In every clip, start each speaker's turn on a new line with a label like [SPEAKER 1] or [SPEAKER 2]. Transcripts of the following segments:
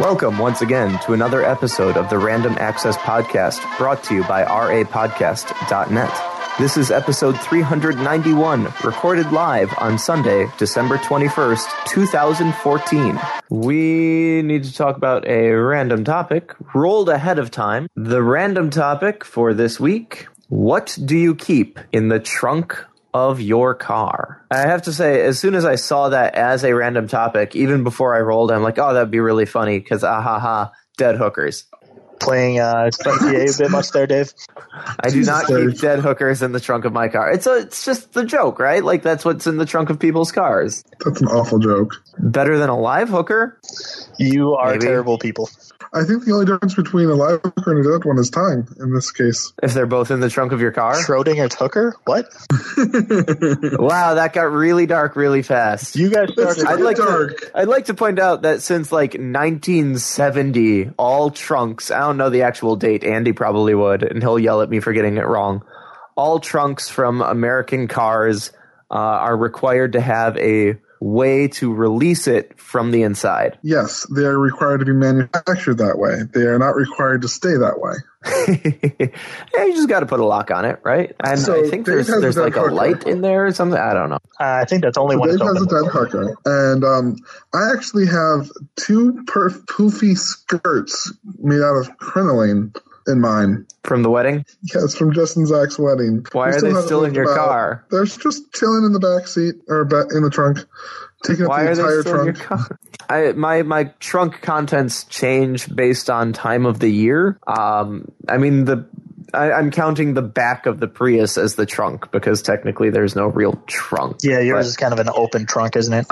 [SPEAKER 1] Welcome once again to another episode of the Random Access Podcast brought to you by rapodcast.net. This is episode 391, recorded live on Sunday, December 21st, 2014. We need to talk about a random topic rolled ahead of time. The random topic for this week What do you keep in the trunk of your car. I have to say, as soon as I saw that as a random topic, even before I rolled, I'm like, oh, that'd be really funny because ah ha ha, dead hookers.
[SPEAKER 2] Playing uh, GTA a bit much there, Dave.
[SPEAKER 1] I do not keep dead hookers in the trunk of my car. It's a, it's just the joke, right? Like that's what's in the trunk of people's cars.
[SPEAKER 3] That's an awful joke.
[SPEAKER 1] Better than a live hooker.
[SPEAKER 2] You are
[SPEAKER 1] Maybe.
[SPEAKER 2] terrible people.
[SPEAKER 3] I think the only difference between a live hooker and a dead one is time in this case.
[SPEAKER 1] If they're both in the trunk of your car.
[SPEAKER 2] Schrodinger's hooker? What?
[SPEAKER 1] Wow, that got really dark really fast.
[SPEAKER 2] You guys
[SPEAKER 3] That's
[SPEAKER 2] started.
[SPEAKER 1] I'd like
[SPEAKER 3] dark.
[SPEAKER 1] to I'd like to point out that since like 1970, all trunks, I don't know the actual date, Andy probably would and he'll yell at me for getting it wrong. All trunks from American cars uh, are required to have a way to release it from the inside.
[SPEAKER 3] Yes, they are required to be manufactured that way. They are not required to stay that way.
[SPEAKER 1] yeah, you just got to put a lock on it, right? And
[SPEAKER 3] So
[SPEAKER 1] I think
[SPEAKER 3] Dave
[SPEAKER 1] there's
[SPEAKER 3] has
[SPEAKER 1] there's
[SPEAKER 3] a
[SPEAKER 1] like a
[SPEAKER 3] hooker.
[SPEAKER 1] light in there or something. I don't know.
[SPEAKER 2] Uh, I think that's only one.
[SPEAKER 3] Dave
[SPEAKER 2] it's
[SPEAKER 3] has a
[SPEAKER 2] open.
[SPEAKER 3] dead hooker, and um, I actually have two perf- poofy skirts made out of crinoline in mine.
[SPEAKER 1] From the wedding,
[SPEAKER 3] Yes, from Justin Zach's wedding.
[SPEAKER 1] why
[SPEAKER 3] We
[SPEAKER 1] are they
[SPEAKER 3] haven't
[SPEAKER 1] still in
[SPEAKER 3] moved
[SPEAKER 1] your
[SPEAKER 3] them out.
[SPEAKER 1] car?
[SPEAKER 3] They're just chilling in the back seat or ba- in the trunk, taking up
[SPEAKER 1] Why
[SPEAKER 3] the
[SPEAKER 1] are
[SPEAKER 3] entire
[SPEAKER 1] they still in your
[SPEAKER 3] trunk.
[SPEAKER 1] car? I, my my trunk contents change based on time of the year. Um, I mean the I, I'm counting the back of the Prius as the trunk because technically there's no real trunk.
[SPEAKER 2] Yeah, yours
[SPEAKER 1] But-
[SPEAKER 2] is kind of an open trunk, isn't it?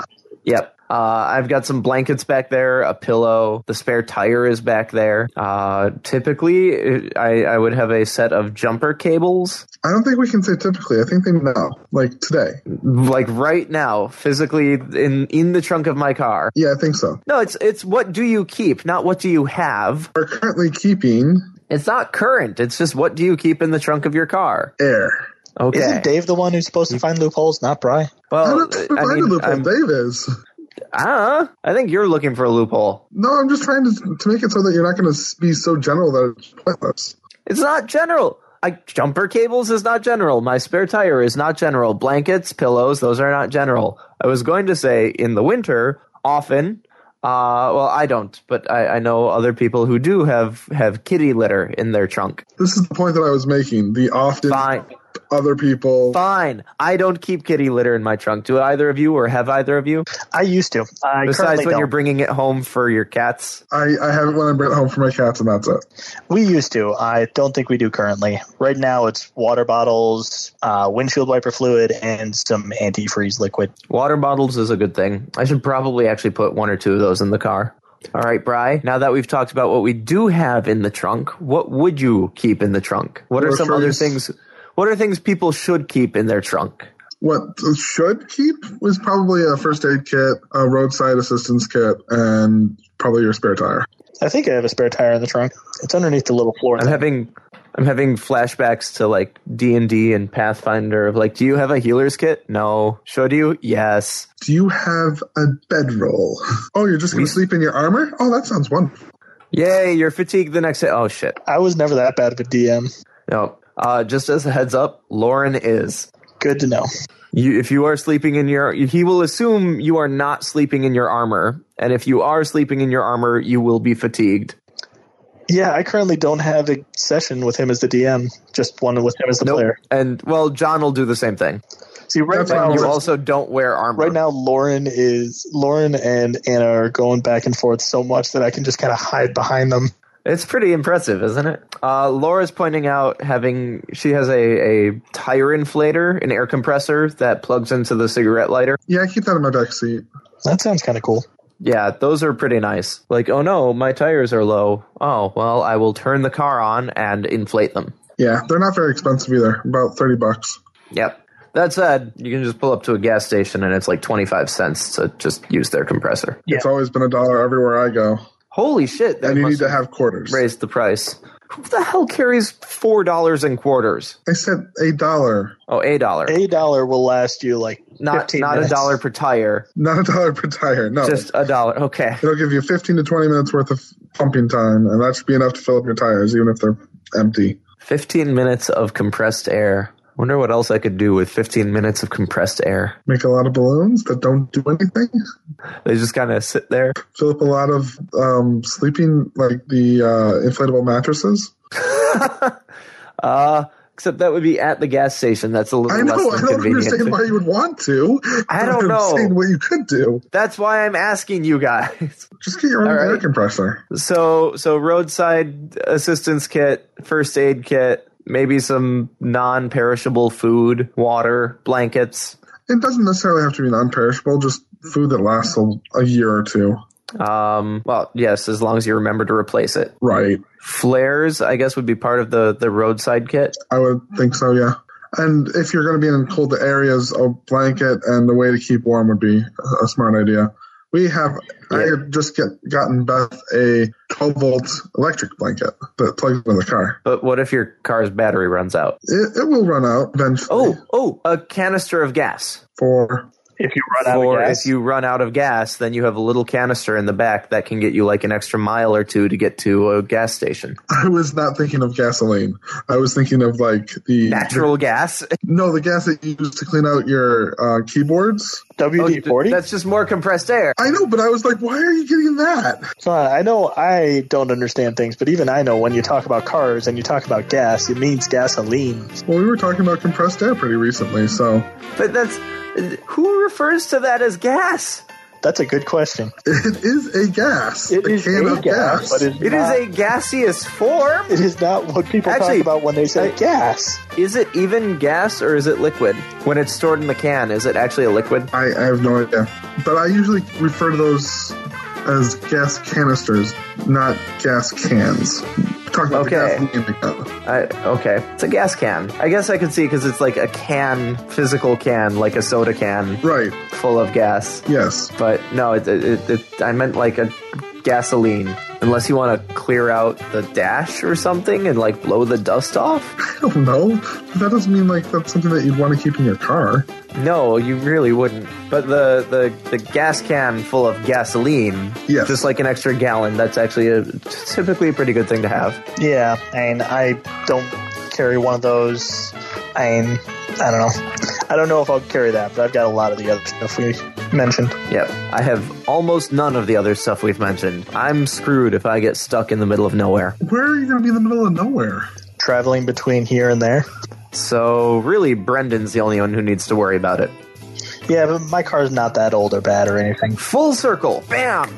[SPEAKER 1] Yep. Uh, I've got some blankets back there, a pillow, the spare tire is back there. Uh, typically, it- I, I would have a set of jumper cables.
[SPEAKER 3] I don't think we can say typically. I think they know, like today.
[SPEAKER 1] Like right now, physically in in the trunk of my car.
[SPEAKER 3] Yeah, I think so.
[SPEAKER 1] No, it's it's what do you keep, not what do you have.
[SPEAKER 3] We're currently keeping
[SPEAKER 1] It's not current. It's just what do you keep in the trunk of your car?
[SPEAKER 3] air.
[SPEAKER 1] Okay.
[SPEAKER 2] Isn't Dave the one who's supposed to find loopholes, not Bry?
[SPEAKER 3] I
[SPEAKER 1] well,
[SPEAKER 3] don't think
[SPEAKER 1] I
[SPEAKER 3] I
[SPEAKER 1] mean,
[SPEAKER 3] loophole.
[SPEAKER 1] I'm-
[SPEAKER 3] Dave is.
[SPEAKER 1] I don't know. I think you're looking for a loophole.
[SPEAKER 3] No, I'm just trying to, to make it so that you're not going to be so general that it's pointless.
[SPEAKER 1] It's not general. I, jumper cables is not general. My spare tire is not general. Blankets, pillows, those are not general. I was going to say in the winter, often. Uh, well, I don't, but I, I know other people who do have have kitty litter in their trunk.
[SPEAKER 3] This is the point that I was making. The often
[SPEAKER 1] Fine,
[SPEAKER 3] other people.
[SPEAKER 1] fine. I don't keep kitty litter in my trunk. Do either of you, or have either of you?
[SPEAKER 2] I used to. I
[SPEAKER 1] Besides
[SPEAKER 2] currently
[SPEAKER 1] when
[SPEAKER 2] don't.
[SPEAKER 1] you're bringing it home for your cats.
[SPEAKER 3] I, I have it when I bring it home for my cats, and that's it.
[SPEAKER 2] We used to. I don't think we do currently. Right now, it's water bottles, uh, windshield wiper fluid, and some antifreeze liquid.
[SPEAKER 1] Water bottles is a good thing. I should probably actually put one or two of those in the car. All right, Bry. Now that we've talked about what we do have in the trunk, what would you keep in the trunk? What are some other
[SPEAKER 3] Groceries.
[SPEAKER 1] things? What are things people should keep in their trunk?
[SPEAKER 3] What should keep was probably a first aid kit, a roadside assistance kit, and probably your spare tire.
[SPEAKER 2] I think I have a spare tire in the trunk. It's underneath the little floor.
[SPEAKER 1] I'm having I'm having flashbacks to like D and D and Pathfinder of like, do you have a healer's kit? No. Should you? Yes.
[SPEAKER 3] Do you have a bedroll? Oh, you're just going to sleep in your armor? Oh, that sounds wonderful.
[SPEAKER 1] Yay! You're fatigued the next day. Oh shit.
[SPEAKER 2] I was never that bad of a DM.
[SPEAKER 1] No. Uh, just as a heads up, Lauren is.
[SPEAKER 2] Good to know.
[SPEAKER 1] You, if you are sleeping in your, he will assume you are not sleeping in your armor, and if you are sleeping in your armor, you will be fatigued.
[SPEAKER 2] Yeah, I currently don't have a session with him as the DM, just one with him as the player.
[SPEAKER 1] And well, John will do the same thing.
[SPEAKER 2] See, right
[SPEAKER 3] That's
[SPEAKER 2] now,
[SPEAKER 3] why
[SPEAKER 1] You
[SPEAKER 3] Lauren's-
[SPEAKER 1] also don't wear armor.
[SPEAKER 2] right now, Lauren is Lauren and Anna are going back and forth so much that I can just kind of hide behind them.
[SPEAKER 1] it's pretty impressive, isn't it? Uh, Laura's pointing out having she has a, a tire inflator, an air compressor that plugs into the cigarette lighter.
[SPEAKER 3] Yeah, I keep that in my back seat.
[SPEAKER 2] That sounds kind of cool.
[SPEAKER 1] Yeah, those are pretty nice. Like, oh no, my tires are low. Oh well, I will turn the car on and inflate them.
[SPEAKER 3] Yeah, they're not very expensive either. About thirty bucks.
[SPEAKER 1] Yep. That said, you can just pull up to a gas station and it's like 25 cents to just use their compressor.
[SPEAKER 2] Yeah.
[SPEAKER 3] It's always been a dollar everywhere I go,
[SPEAKER 1] Holy shit. That
[SPEAKER 3] and you need
[SPEAKER 1] must
[SPEAKER 3] to have quarters.
[SPEAKER 1] raise the price. Who the hell carries four dollars in quarters?
[SPEAKER 3] I said a dollar,
[SPEAKER 1] Oh, a dollar.
[SPEAKER 2] A dollar will last you like
[SPEAKER 1] Not
[SPEAKER 2] 15
[SPEAKER 1] not
[SPEAKER 2] minutes.
[SPEAKER 1] a dollar per tire.
[SPEAKER 3] not a dollar per tire. No,
[SPEAKER 1] Just a dollar. Okay.
[SPEAKER 3] it'll give you 15 to 20 minutes worth of pumping time, and that should be enough to fill up your tires, even if they're empty.
[SPEAKER 1] Fifteen minutes of compressed air. Wonder what else I could do with fifteen minutes of compressed air.
[SPEAKER 3] Make a lot of balloons that don't do anything.
[SPEAKER 1] They just kind of sit there.
[SPEAKER 3] Fill up a lot of um, sleeping, like the uh, inflatable mattresses.
[SPEAKER 1] Uh, except that would be at the gas station. That's a little
[SPEAKER 3] I know. I
[SPEAKER 1] less than
[SPEAKER 3] don't understand
[SPEAKER 1] convenient.
[SPEAKER 3] why you would want to.
[SPEAKER 1] I
[SPEAKER 3] but
[SPEAKER 1] don't
[SPEAKER 3] I'm
[SPEAKER 1] know.
[SPEAKER 3] Saying what you could do.
[SPEAKER 1] That's why I'm asking you guys.
[SPEAKER 3] Just get your own
[SPEAKER 1] All right.
[SPEAKER 3] air compressor.
[SPEAKER 1] So, so roadside assistance kit, first aid kit, maybe some non-perishable food, water, blankets.
[SPEAKER 3] It doesn't necessarily have to be non-perishable. Just food that lasts a, a year or two.
[SPEAKER 1] Um, well, yes, as long as you remember to replace it.
[SPEAKER 3] Right.
[SPEAKER 1] Flares, I guess, would be part of the the roadside kit.
[SPEAKER 3] I would think so. Yeah. And if you're going to be in cold areas, a blanket and a way to keep warm would be a- a smart idea. We have. I
[SPEAKER 1] Yeah.
[SPEAKER 3] had just get gotten Beth a 12 volt electric blanket that plugs into the car.
[SPEAKER 1] But what if your car's battery runs out?
[SPEAKER 3] It, it will run out eventually.
[SPEAKER 1] Oh, oh, a canister of gas.
[SPEAKER 3] For
[SPEAKER 2] If you run out
[SPEAKER 1] or
[SPEAKER 2] of gas,
[SPEAKER 1] if you run out of gas, then you have a little canister in the back that can get you like an extra mile or two to get to a gas station.
[SPEAKER 3] I was not thinking of gasoline. I was thinking of like the
[SPEAKER 1] Natural gas.
[SPEAKER 3] No, the gas that you use to clean out your uh, keyboards.
[SPEAKER 2] WD
[SPEAKER 1] Oh,
[SPEAKER 2] forty.
[SPEAKER 1] that's just more compressed air.
[SPEAKER 3] I know, but I was like, why are you getting that?
[SPEAKER 2] So I know I don't understand things, but even I know when you talk about cars and you talk about gas, it means gasoline.
[SPEAKER 3] Well, we were talking about compressed air pretty recently, so
[SPEAKER 1] But that's who refers to that as gas?
[SPEAKER 2] That's a good question.
[SPEAKER 3] it is a gas.
[SPEAKER 2] It is a gas, but it's
[SPEAKER 1] It is
[SPEAKER 2] not,
[SPEAKER 1] a gaseous form.
[SPEAKER 2] it is not what people
[SPEAKER 1] Actually,
[SPEAKER 2] talk about when they say
[SPEAKER 1] I-
[SPEAKER 2] gas.
[SPEAKER 1] Is it even gas or is it liquid? When it's stored in the can, is it actually a liquid?
[SPEAKER 3] I, I have no idea, but I usually refer to those as gas canisters, not gas cans. Talking about
[SPEAKER 1] Okay.
[SPEAKER 3] the gasoline again.
[SPEAKER 1] I, okay, it's a gas can. I guess I could see because it's like a can, physical can, like a soda can
[SPEAKER 3] Right?
[SPEAKER 1] full of gas.
[SPEAKER 3] Yes.
[SPEAKER 1] But no, it, it, it, it, I meant like a gasoline. Unless you want to clear out the dash or something and like blow the dust off.
[SPEAKER 3] I don't know. But that doesn't mean like that's something that you'd want to keep in your car.
[SPEAKER 1] No, you really wouldn't. But the the, the gas can full of gasoline,
[SPEAKER 3] Yes.
[SPEAKER 1] just like an extra gallon, that's actually a, typically a pretty good thing to have.
[SPEAKER 2] Yeah, and I don't carry one of those. I mean, I don't know. I don't know if I'll carry that, but I've got a lot of the other stuff we mentioned.
[SPEAKER 1] Yep. I have almost none of the other stuff we've mentioned. I'm screwed if I get stuck in the middle of nowhere.
[SPEAKER 3] Where are you going to be in the middle of nowhere?
[SPEAKER 2] Traveling between here and there.
[SPEAKER 1] So really, Brendan's the only one who needs to worry about it.
[SPEAKER 2] Yeah, but my car's not that old or bad or anything.
[SPEAKER 1] Full circle, bam.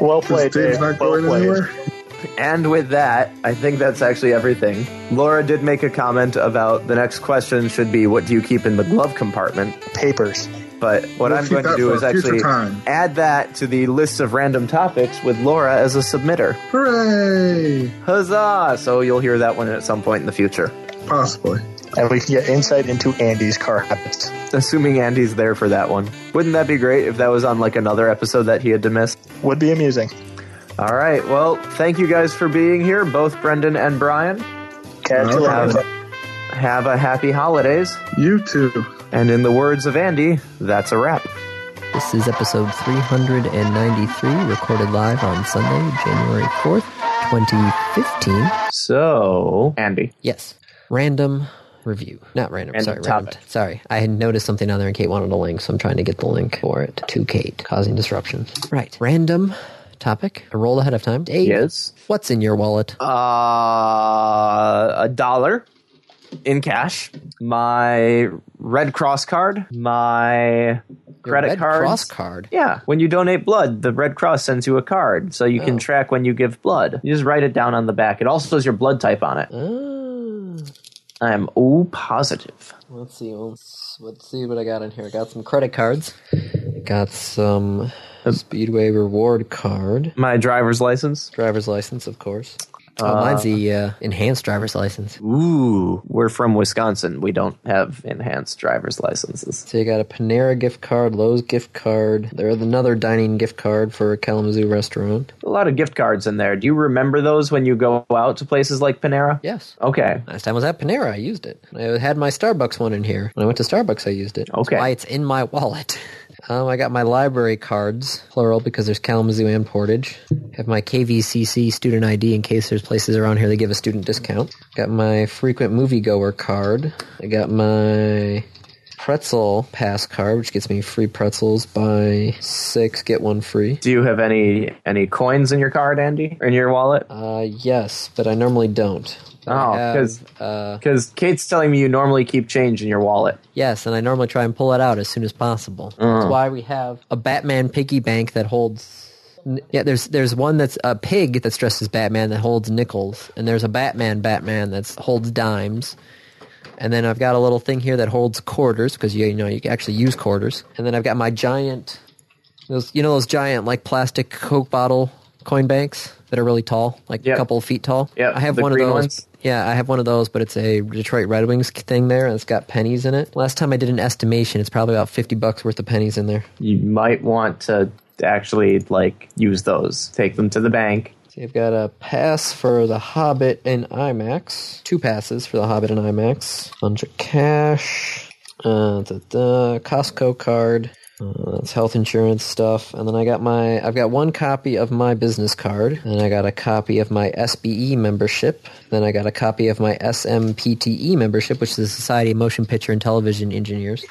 [SPEAKER 2] Well
[SPEAKER 3] 'Cause
[SPEAKER 2] played,
[SPEAKER 3] Dave's
[SPEAKER 2] Dave.
[SPEAKER 3] not
[SPEAKER 2] well
[SPEAKER 3] going
[SPEAKER 2] played.
[SPEAKER 3] anywhere.
[SPEAKER 1] And with that, I think that's actually everything. Laura did make a comment about the next question should be, "What do you keep in the glove compartment?"
[SPEAKER 2] Papers.
[SPEAKER 1] But what
[SPEAKER 3] We'll
[SPEAKER 1] I'm
[SPEAKER 3] keep
[SPEAKER 1] going to
[SPEAKER 3] that
[SPEAKER 1] do
[SPEAKER 3] for
[SPEAKER 1] is
[SPEAKER 3] a future
[SPEAKER 1] actually
[SPEAKER 3] time.
[SPEAKER 1] add that to the list of random topics with Laura as a submitter.
[SPEAKER 3] Hooray!
[SPEAKER 1] Huzzah! So you'll hear that one at some point in the future,
[SPEAKER 3] Possibly.
[SPEAKER 2] And we can get insight into Andy's car habits.
[SPEAKER 1] assuming Andy's there for that one. Wouldn't that be great if that was on like another episode that he had to miss?
[SPEAKER 2] Would be amusing.
[SPEAKER 1] All right. Well, thank you guys for being here, both Brendan and Brian.
[SPEAKER 2] Catch you
[SPEAKER 3] Okay.
[SPEAKER 2] later.
[SPEAKER 1] Have a happy holidays.
[SPEAKER 3] You too.
[SPEAKER 1] And in the words of Andy, that's a wrap.
[SPEAKER 4] This is episode 393, recorded live on Sunday, January 4th, 2015.
[SPEAKER 1] So, Andy.
[SPEAKER 4] Yes. Random review. Not random.
[SPEAKER 1] Random
[SPEAKER 4] sorry, random.
[SPEAKER 1] topic.
[SPEAKER 4] Sorry. I had noticed something on there and Kate wanted a link, so I'm trying to get the link for it to Kate, causing disruption. Right. Random topic. A roll ahead of time. Dave,
[SPEAKER 1] Yes.
[SPEAKER 4] What's in your wallet?
[SPEAKER 1] Uh, a dollar in cash, my Red Cross card, my
[SPEAKER 4] Your
[SPEAKER 1] credit
[SPEAKER 4] Red
[SPEAKER 1] card.
[SPEAKER 4] Cross card.
[SPEAKER 1] Yeah, when you donate blood, the Red Cross sends you a card so you can
[SPEAKER 4] Oh.
[SPEAKER 1] track when you give blood. You just write it down on the back. It also has your blood type on it.
[SPEAKER 4] Ah,
[SPEAKER 1] I am O positive.
[SPEAKER 4] let's see. Let's, let's see what I got in here. I got some credit cards. Got some Speedway reward card.
[SPEAKER 1] My driver's license.
[SPEAKER 4] Driver's license, of course.
[SPEAKER 5] Oh, mine's the uh, enhanced driver's license.
[SPEAKER 1] Ooh, we're from Wisconsin. We don't have enhanced driver's licenses.
[SPEAKER 5] So you got a Panera gift card, Lowe's gift card. There's another dining gift card for a Kalamazoo restaurant.
[SPEAKER 1] A lot of gift cards in there. Do you remember those when you go out to places like Panera?
[SPEAKER 5] Yes.
[SPEAKER 1] Okay.
[SPEAKER 5] Last time I was at Panera, I used it. I had my Starbucks one in here. When I went to Starbucks, I used it. That's
[SPEAKER 1] Okay.
[SPEAKER 5] why it's in my wallet. Um, I got my library cards, plural, because there's Kalamazoo and Portage. Have my KVCC student ID in case there's places around here that give a student discount. Got my frequent moviegoer card. I got my pretzel pass card, which gets me free pretzels. Buy six, get one free.
[SPEAKER 1] Do you have any any coins in your card, Andy, in your wallet?
[SPEAKER 5] Uh, yes, but I normally don't.
[SPEAKER 1] Oh,
[SPEAKER 5] I have,
[SPEAKER 1] 'cause-
[SPEAKER 5] uh,
[SPEAKER 1] Because Kate's telling me you normally keep change in your wallet.
[SPEAKER 5] yes, and I normally try and pull it out as soon as possible. That's why we have a Batman piggy bank that holds. Yeah, there's there's one that's a pig that's dressed as Batman that holds nickels, and there's a Batman Batman that holds dimes. And then I've got a little thing here that holds quarters because you, you know you can actually use quarters. And then I've got my giant, those you know those giant like plastic Coke bottle coin banks that are really tall, like
[SPEAKER 1] Yep.
[SPEAKER 5] a couple of feet tall.
[SPEAKER 1] Yep,
[SPEAKER 5] I have
[SPEAKER 1] the
[SPEAKER 5] one of
[SPEAKER 1] green
[SPEAKER 5] those.
[SPEAKER 1] ones?
[SPEAKER 5] Yeah, I have one of those, but it's a Detroit Red Wings thing there, and it's got pennies in it. Last time I did an estimation, it's probably about fifty bucks worth of pennies in there.
[SPEAKER 1] You might want to actually like use those. Take them to the bank.
[SPEAKER 5] So you've got a pass for The Hobbit and IMAX. Two passes for The Hobbit and IMAX. Bunch of cash. Uh, the, the Costco card. Uh, that's health insurance stuff. And then I got my, I've got one copy of my business card. And I got a copy of my SBE membership. Then I got a copy of my SMPTE E membership, which is the Society of Motion Picture and Television Engineers.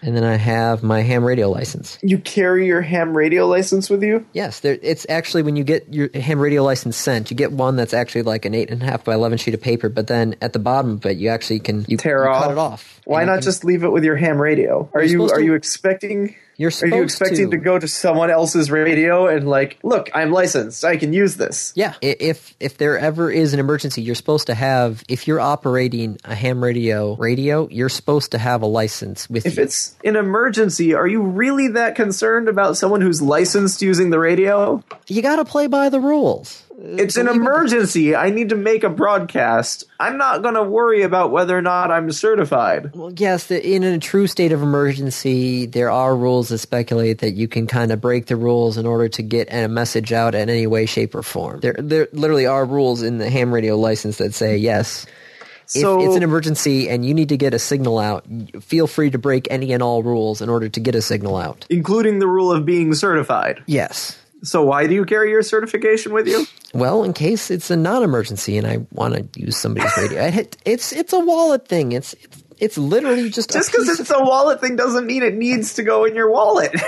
[SPEAKER 5] And then I have my ham radio license.
[SPEAKER 1] You carry your ham radio license with you?
[SPEAKER 5] Yes, there, it's actually when you get your ham radio license sent, you get one that's actually like an eight and a half by eleven sheet of paper. But then at the bottom of it, you actually can you,
[SPEAKER 1] Tear
[SPEAKER 5] you
[SPEAKER 1] off.
[SPEAKER 5] cut it off.
[SPEAKER 1] Why
[SPEAKER 5] And you
[SPEAKER 1] not
[SPEAKER 5] can-
[SPEAKER 1] just leave it with your ham radio? Are you
[SPEAKER 5] supposed
[SPEAKER 1] are
[SPEAKER 5] to-
[SPEAKER 1] you expecting
[SPEAKER 5] You're
[SPEAKER 1] are
[SPEAKER 5] supposed
[SPEAKER 1] you expecting to. go to someone else's radio and like, look, I'm licensed, I can use this.
[SPEAKER 5] Yeah, i- if if there ever is an emergency, you're supposed to have. If you're operating a ham radio radio, you're supposed to have a license with
[SPEAKER 1] If
[SPEAKER 5] you.
[SPEAKER 1] it's an emergency, are you really that concerned about someone who's licensed using the radio?
[SPEAKER 5] You got to play by the rules.
[SPEAKER 1] It's an emergency. I need to make a broadcast. I'm not going to worry about whether or not I'm certified.
[SPEAKER 5] Well, yes, the, in a true state of emergency, there are rules that speculate that you can kind of break the rules in order to get a message out in any way, shape, or form. There, there literally are rules in the ham radio license that say yes. If
[SPEAKER 1] So
[SPEAKER 5] it's an emergency and you need to get a signal out, feel free to break any and all rules in order to get a signal out.
[SPEAKER 1] including the rule of being certified.
[SPEAKER 5] Yes.
[SPEAKER 1] So why do you carry your certification with you?
[SPEAKER 5] Well, in case it's a non-emergency and I want to use somebody's radio, it, it's it's a wallet thing. It's it's, it's literally just
[SPEAKER 1] Just
[SPEAKER 5] a piece
[SPEAKER 1] because it's a wallet thing doesn't mean it needs to go in your wallet.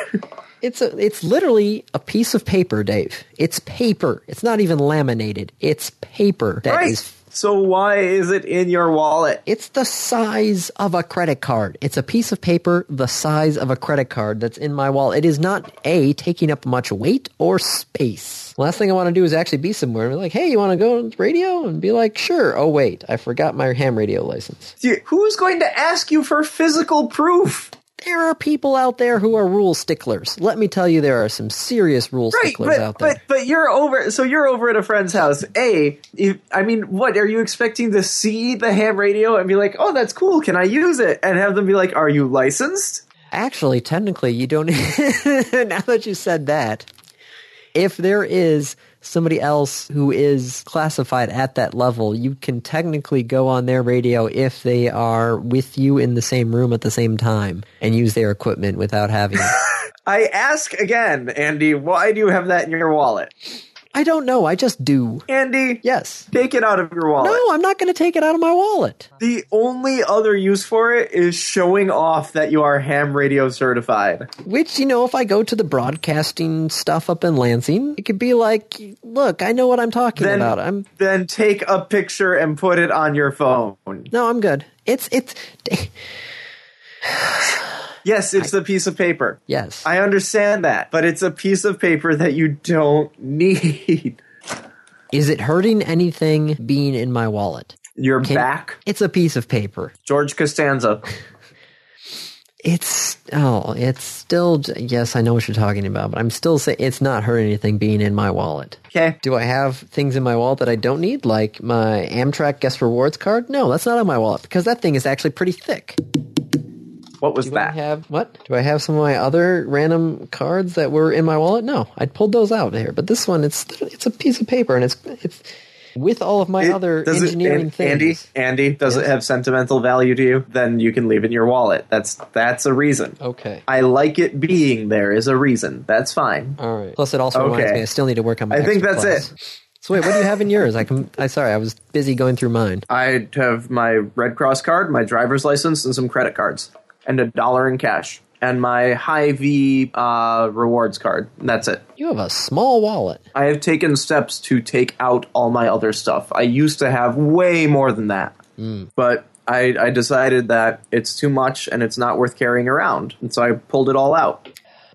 [SPEAKER 5] It's a, it's literally a piece of paper, Dave. It's paper. It's not even laminated. It's paper that is.
[SPEAKER 1] right. So why is it in your wallet?
[SPEAKER 5] It's the size of a credit card. It's a piece of paper the size of a credit card that's in my wallet. It is not a taking up much weight or space. Last thing I want to do is actually be somewhere and be like, "Hey, you want to go on the radio?" and be like, "Sure." Oh wait, I forgot my ham radio license.
[SPEAKER 1] Do you- Who's going to ask you for physical proof?
[SPEAKER 5] There are people out there who are rule sticklers. Let me tell you, there are some serious rule
[SPEAKER 1] Right,
[SPEAKER 5] sticklers
[SPEAKER 1] but,
[SPEAKER 5] out there.
[SPEAKER 1] but but you're over. So you're over at a friend's house. A, if, I mean, what are you expecting to see the ham radio and be like, oh, that's cool. Can I use it? And have them be like, are you licensed?
[SPEAKER 5] Actually, technically, you don't. now that you said that, if there is somebody else who is classified at that level, you can technically go on their radio if they are with you in the same room at the same time and use their equipment without having.
[SPEAKER 1] I ask again, Andy. Why do you have that in your wallet,
[SPEAKER 5] I don't know. I just do.
[SPEAKER 1] Andy?
[SPEAKER 5] Yes.
[SPEAKER 1] Take it out of your wallet.
[SPEAKER 5] No, I'm not going to take it out of my wallet.
[SPEAKER 1] The only other use for it is showing off that you are ham radio certified.
[SPEAKER 5] Which, you know, if I go to the broadcasting stuff up in Lansing, it could be like, look, I know what I'm talking
[SPEAKER 1] Then-
[SPEAKER 5] about. I'm
[SPEAKER 1] Then take a picture and put it on your phone.
[SPEAKER 5] no, I'm good. It's it's
[SPEAKER 1] Yes, it's a piece of paper.
[SPEAKER 5] yes.
[SPEAKER 1] I understand that, but it's a piece of paper that you don't need.
[SPEAKER 5] Is it hurting anything being in my wallet?
[SPEAKER 1] Your back,
[SPEAKER 5] It's a piece of paper.
[SPEAKER 1] George Costanza.
[SPEAKER 5] It's oh, it's still yes, I know what you're talking about, but I'm still saying it's not hurt anything being in my wallet.
[SPEAKER 1] Okay.
[SPEAKER 5] Do I have things in my wallet that I don't need, like my Amtrak guest rewards card? No, that's not in my wallet because that thing is actually pretty thick.
[SPEAKER 1] What was
[SPEAKER 5] Do I
[SPEAKER 1] that?
[SPEAKER 5] have what? Do I have some of my other random cards that were in my wallet? No, I pulled those out here, but this one it's it's a piece of paper and it's it's with all of my
[SPEAKER 1] It-
[SPEAKER 5] other
[SPEAKER 1] does it-
[SPEAKER 5] engineering
[SPEAKER 1] An-
[SPEAKER 5] things.
[SPEAKER 1] Andy, Andy, does it have sentimental value to you? Then you can leave it in your wallet. That's that's a reason.
[SPEAKER 5] Okay.
[SPEAKER 1] I like it being there is a reason. That's fine.
[SPEAKER 5] All right. Plus, it also reminds
[SPEAKER 1] Okay.
[SPEAKER 5] me I still need to work on my.
[SPEAKER 1] I think
[SPEAKER 5] extra
[SPEAKER 1] that's
[SPEAKER 5] class. So wait, what do you have in yours? I can. I sorry, I was busy going through mine.
[SPEAKER 1] I have my Red Cross card, my driver's license, and some credit cards, and a dollar in cash, and my High V uh, rewards card. And that's it.
[SPEAKER 5] You have a small wallet.
[SPEAKER 1] I have taken steps to take out all my other stuff. I used to have way more than that, but I, I decided that it's too much and it's not worth carrying around, and so I pulled it all out.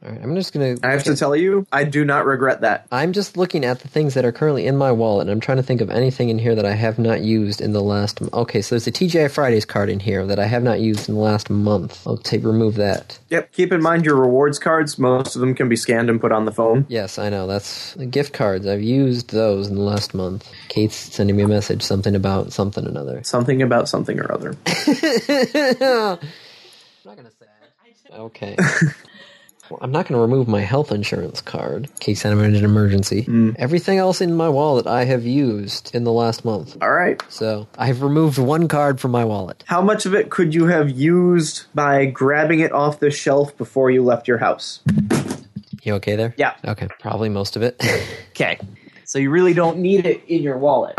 [SPEAKER 5] All right, I'm just gonna.
[SPEAKER 1] I have to tell you, I do not regret that.
[SPEAKER 5] I'm just looking at the things that are currently in my wallet, and I'm trying to think of anything in here that I have not used in the last. m- Okay, so there's a TGI Fridays card in here that I have not used in the last month. I'll take remove that.
[SPEAKER 1] Yep. Keep in mind your rewards cards. Most of them can be scanned and put on the phone.
[SPEAKER 5] Yes, I know. That's the gift cards. I've used those in the last month. Kate's sending me a message, something about something or another.
[SPEAKER 1] Something about something or other.
[SPEAKER 5] Okay. Well, I'm not going to remove my health insurance card in case I'm in an emergency.
[SPEAKER 1] Mm.
[SPEAKER 5] Everything else in my wallet I have used in the last month.
[SPEAKER 1] All right.
[SPEAKER 5] So I've removed one card from my wallet.
[SPEAKER 1] How much of it could you have used by grabbing it off the shelf before you left your house?
[SPEAKER 5] You okay there?
[SPEAKER 1] Yeah.
[SPEAKER 5] Okay. Probably most of it.
[SPEAKER 1] Okay. So you really don't need it in your wallet.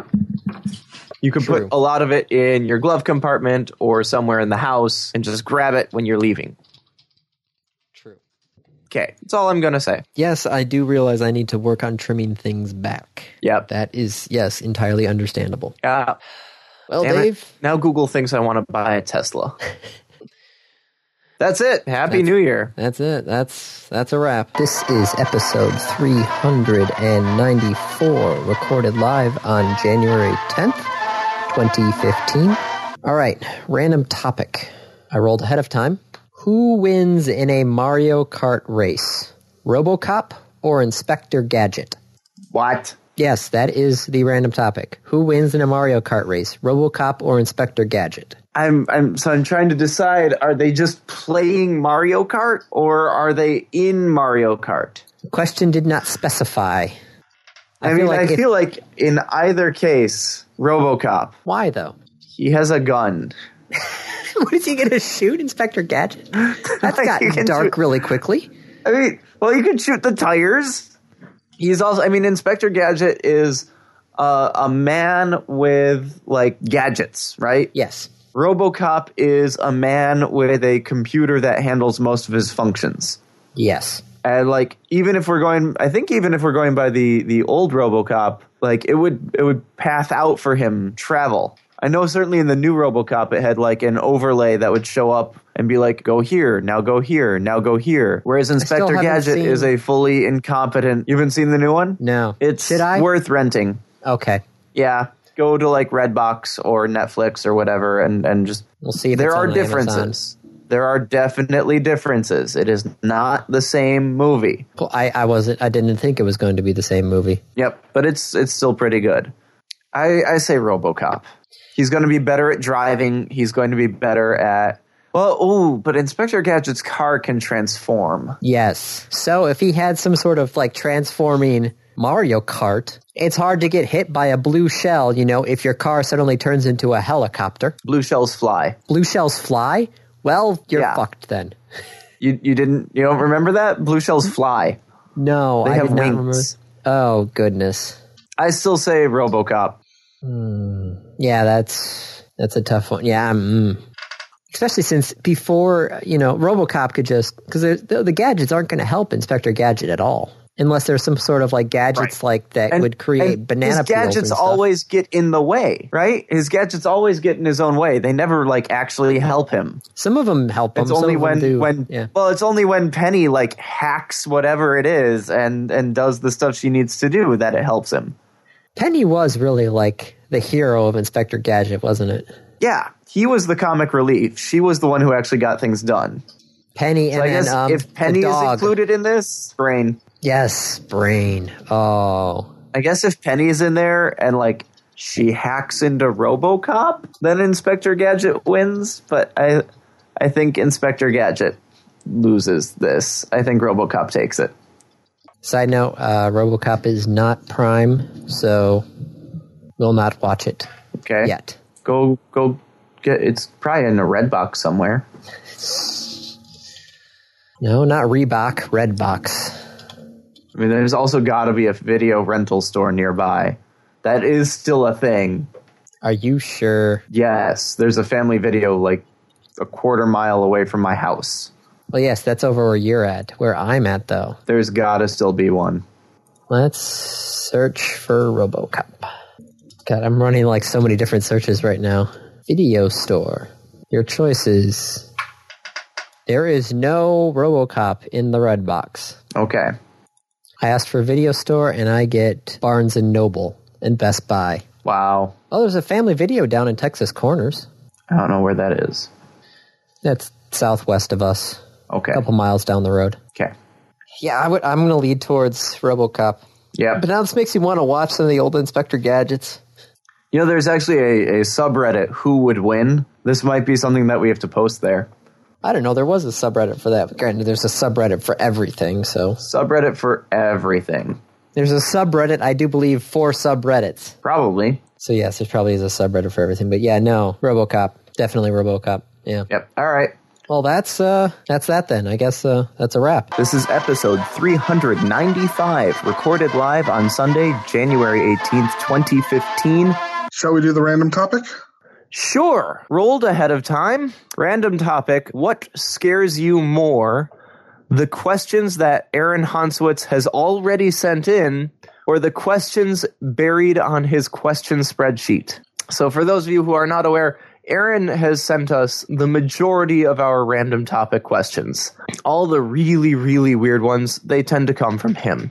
[SPEAKER 1] You can
[SPEAKER 5] True.
[SPEAKER 1] put a lot of it in your glove compartment or somewhere in the house and just grab it when you're leaving.
[SPEAKER 5] True.
[SPEAKER 1] Okay. That's all I'm going to say.
[SPEAKER 5] Yes, I do realize I need to work on trimming things back.
[SPEAKER 1] Yep.
[SPEAKER 5] That is, yes, entirely understandable.
[SPEAKER 1] Uh,
[SPEAKER 5] Well,
[SPEAKER 1] Damn it.
[SPEAKER 5] Dave,
[SPEAKER 1] Now Google thinks I want to buy a Tesla. That's it. Happy New Year.
[SPEAKER 5] That's it. That's that's a wrap. This is episode 394, recorded live on January 10th, 2015. All right, random topic. I rolled ahead of time. Who wins in a Mario Kart race? RoboCop or Inspector Gadget?
[SPEAKER 1] What?
[SPEAKER 5] Yes, that is the random topic. Who wins in a Mario Kart race? RoboCop or Inspector Gadget?
[SPEAKER 1] I'm I'm so I'm trying to decide are they just playing Mario Kart or are they in Mario Kart?
[SPEAKER 5] The question did not specify.
[SPEAKER 1] I,
[SPEAKER 5] feel
[SPEAKER 1] mean,
[SPEAKER 5] like
[SPEAKER 1] I
[SPEAKER 5] if-
[SPEAKER 1] feel like in either case, RoboCop,
[SPEAKER 5] Why though?
[SPEAKER 1] he has a gun.
[SPEAKER 5] What is he going to shoot, Inspector Gadget? That's
[SPEAKER 1] Like,
[SPEAKER 5] got
[SPEAKER 1] you can
[SPEAKER 5] dark
[SPEAKER 1] shoot-
[SPEAKER 5] really quickly.
[SPEAKER 1] I mean, well, you could shoot the tires. He's also, I mean, Inspector Gadget is uh, a man with like gadgets, right?
[SPEAKER 5] Yes.
[SPEAKER 1] RoboCop is a man with a computer that handles most of his functions.
[SPEAKER 5] Yes.
[SPEAKER 1] And like even if we're going I think even if we're going by the the old RoboCop, like it would it would path out for him travel. I know certainly in the new RoboCop it had like an overlay that would show up and be like go here, now go here, now go here. Whereas Inspector
[SPEAKER 5] haven't
[SPEAKER 1] Gadget
[SPEAKER 5] seen-
[SPEAKER 1] is a fully incompetent. You haven't seen the new one?
[SPEAKER 5] No.
[SPEAKER 1] It's
[SPEAKER 5] Should I?
[SPEAKER 1] worth renting.
[SPEAKER 5] Okay.
[SPEAKER 1] Yeah. Go to like Redbox or Netflix or whatever and and just
[SPEAKER 5] We'll see if
[SPEAKER 1] there
[SPEAKER 5] it's
[SPEAKER 1] are
[SPEAKER 5] on Amazon.
[SPEAKER 1] differences. There are definitely differences. It is not the same movie.
[SPEAKER 5] Well, I, I wasn't. I didn't think it was going to be the same movie.
[SPEAKER 1] Yep, but it's it's still pretty good. I, I say RoboCop. He's going to be better at driving. He's going to be better at well, ooh, but Inspector Gadget's car can transform.
[SPEAKER 5] Yes. So if he had some sort of like transforming Mario Kart, it's hard to get hit by a blue shell. You know, if your car suddenly turns into a helicopter,
[SPEAKER 1] Blue shells fly.
[SPEAKER 5] blue shells fly. Well, you're
[SPEAKER 1] Yeah.
[SPEAKER 5] fucked then.
[SPEAKER 1] You you didn't you don't remember that? Blue shells fly.
[SPEAKER 5] No,
[SPEAKER 1] They
[SPEAKER 5] Mm-hmm. I
[SPEAKER 1] have
[SPEAKER 5] did not
[SPEAKER 1] wings.
[SPEAKER 5] remember. Oh goodness.
[SPEAKER 1] I still say RoboCop.
[SPEAKER 5] Yeah, that's that's a tough one. Yeah, mm. especially since before you know, RoboCop could just because the, the gadgets aren't going to help Inspector Gadget at all, unless there's some sort of like gadgets like that would create
[SPEAKER 1] and His
[SPEAKER 5] banana peels and
[SPEAKER 1] gadgets
[SPEAKER 5] stuff.
[SPEAKER 1] always get in the way, right? His gadgets always get in his own way. They never like actually help him.
[SPEAKER 5] Some of them help.
[SPEAKER 1] It's
[SPEAKER 5] them, some
[SPEAKER 1] only
[SPEAKER 5] of them
[SPEAKER 1] when
[SPEAKER 5] do.
[SPEAKER 1] when
[SPEAKER 5] yeah.
[SPEAKER 1] well, it's only when Penny like hacks whatever it is and and does the stuff she needs to do that it helps him.
[SPEAKER 5] Penny was really like the hero of Inspector Gadget, wasn't it?
[SPEAKER 1] Yeah, he was the comic relief. She was the one who actually got things done.
[SPEAKER 5] Penny and
[SPEAKER 1] I guess
[SPEAKER 5] then um,
[SPEAKER 1] if Penny
[SPEAKER 5] the
[SPEAKER 1] is
[SPEAKER 5] dog.
[SPEAKER 1] included in this, brain.
[SPEAKER 5] Yes, brain. Oh,
[SPEAKER 1] I guess if Penny is in there and like she hacks into RoboCop, then Inspector Gadget wins. But I, I think Inspector Gadget loses this. I think RoboCop takes it.
[SPEAKER 5] Side note, uh, RoboCop is not Prime, so we'll not watch it
[SPEAKER 1] Okay.
[SPEAKER 5] yet.
[SPEAKER 1] Go go get. It's probably in a red box somewhere.
[SPEAKER 5] No, not Reebok, Redbox.
[SPEAKER 1] I mean, there's also got to be a video rental store nearby. That is still a thing.
[SPEAKER 5] Are you sure?
[SPEAKER 1] Yes, there's a family video like a quarter mile away from my house.
[SPEAKER 5] Well, yes, that's over where you're at. Where I'm at, though.
[SPEAKER 1] There's gotta still be one.
[SPEAKER 5] Let's search for RoboCop. God, I'm running like so many different searches right now. Video store. Your choices. There is no RoboCop in the red box.
[SPEAKER 1] Okay.
[SPEAKER 5] I asked for video store and I get Barnes and Noble and Best Buy.
[SPEAKER 1] Wow.
[SPEAKER 5] Oh, there's a family video down in Texas Corners.
[SPEAKER 1] I don't know where that is.
[SPEAKER 5] That's southwest of us,
[SPEAKER 1] Okay.
[SPEAKER 5] a couple miles down the road.
[SPEAKER 1] Okay.
[SPEAKER 5] Yeah, I would, I'm going to lead towards RoboCop.
[SPEAKER 1] Yeah.
[SPEAKER 5] But now this makes me want to watch some of the old Inspector Gadgets.
[SPEAKER 1] You know, there's actually a, a subreddit, Who Would Win? This might be something that we have to post there.
[SPEAKER 5] I don't know. There was a subreddit for that. Granted, there's a subreddit for everything. So
[SPEAKER 1] Subreddit for everything.
[SPEAKER 5] there's a subreddit, I do believe, for subreddits.
[SPEAKER 1] Probably.
[SPEAKER 5] So yes, there probably is a subreddit for everything. But yeah, no, RoboCop, definitely RoboCop. Yeah.
[SPEAKER 1] Yep. All right.
[SPEAKER 5] Well, that's uh, that's that then. I guess uh, that's a wrap.
[SPEAKER 1] This is episode 395, recorded live on Sunday, January 18th, 2015.
[SPEAKER 3] Shall we do the random topic?
[SPEAKER 1] Sure. Rolled ahead of time. Random topic. What scares you more? The questions that Aaron Hanswitz has already sent in, or the questions buried on his question spreadsheet. So, for those of you who are not aware, Aaron has sent us the majority of our random topic questions. All the really, really weird ones, they tend to come from him.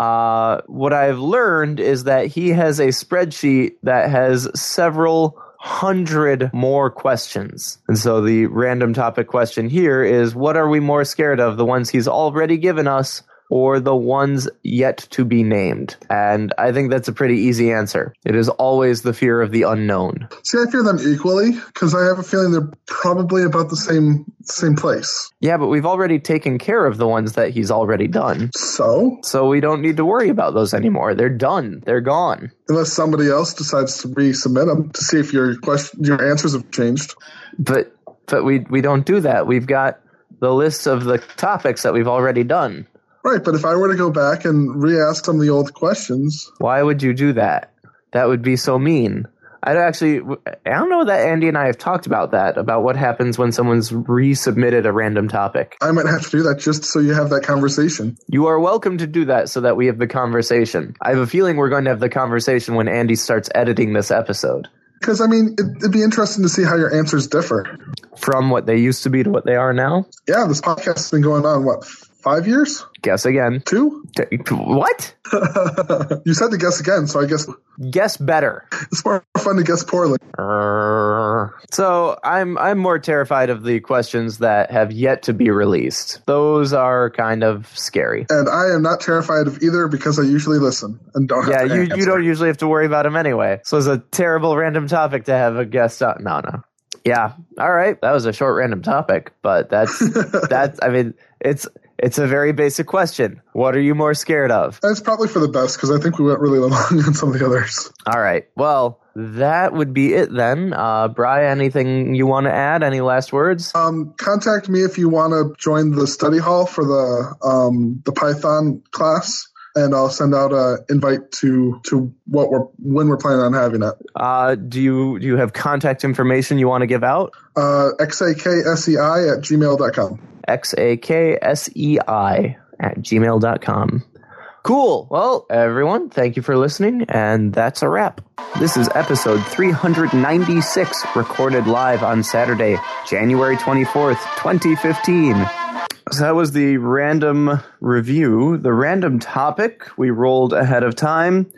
[SPEAKER 1] Uh, what I've learned is that he has a spreadsheet that has several hundred more questions. And so the random topic question here is what are we more scared of, the ones he's already given us or the ones yet to be named? And I think that's a pretty easy answer. It is always the fear of the unknown.
[SPEAKER 3] See, I fear them equally because I have a feeling they're probably about the same same place.
[SPEAKER 1] Yeah, but we've already taken care of the ones that he's already done.
[SPEAKER 3] So,
[SPEAKER 1] So we don't need to worry about those anymore. They're done. They're gone.
[SPEAKER 3] unless somebody else decides to resubmit them to see if your question, your answers have changed.
[SPEAKER 1] but but we we don't do that. We've got the lists of the topics that we've already done.
[SPEAKER 3] Right, but if I were to go back and re-ask some of the old questions,
[SPEAKER 1] Why would you do that? That would be so mean. I actually I don't know that Andy and I have talked about that about what happens when someone's resubmitted a random topic.
[SPEAKER 3] I might have to do that just so you have that conversation.
[SPEAKER 1] You are welcome to do that so that we have the conversation. I have a feeling we're going to have the conversation when Andy starts editing this episode
[SPEAKER 3] Because I mean, it, it'd be interesting to see how your answers differ.
[SPEAKER 1] from what they used to be to what they are now.
[SPEAKER 3] Yeah, this podcast has been going on what five years?
[SPEAKER 1] Guess again.
[SPEAKER 3] Two?
[SPEAKER 1] T- What?
[SPEAKER 3] you said to guess again, so I guess
[SPEAKER 1] Guess better.
[SPEAKER 3] it's more fun to guess poorly.
[SPEAKER 1] So I'm I'm more terrified of the questions that have yet to be released. Those are kind of scary.
[SPEAKER 3] And I am not terrified of either because I usually listen and don't.
[SPEAKER 1] Yeah,
[SPEAKER 3] have to
[SPEAKER 1] you, you
[SPEAKER 3] answer.
[SPEAKER 1] don't usually have to worry about them anyway. So it's a terrible random topic to have a guest on. No, no. Yeah. All right. That was a short random topic, but that's that's I mean, it's it's a very basic question. What are you more scared of?
[SPEAKER 3] That's probably for the best because I think we went really long on some of the others.
[SPEAKER 1] All right. Well, that would be it then. Uh Bry, anything you want to add? Any last words?
[SPEAKER 3] Um, contact me if you want to join the study hall for the um, the Python class, and I'll send out a invite to to what we're when we're planning on having it.
[SPEAKER 1] Uh, do you do you have contact information you want to give out?
[SPEAKER 3] Uh, xaksei at gmail.com.
[SPEAKER 1] X A K S E I at gmail.com. Cool. Well, everyone, thank you for listening, and that's a wrap. This is episode 396, recorded live on Saturday, January 24th, 2015. So that was the random review, the random topic we rolled ahead of time.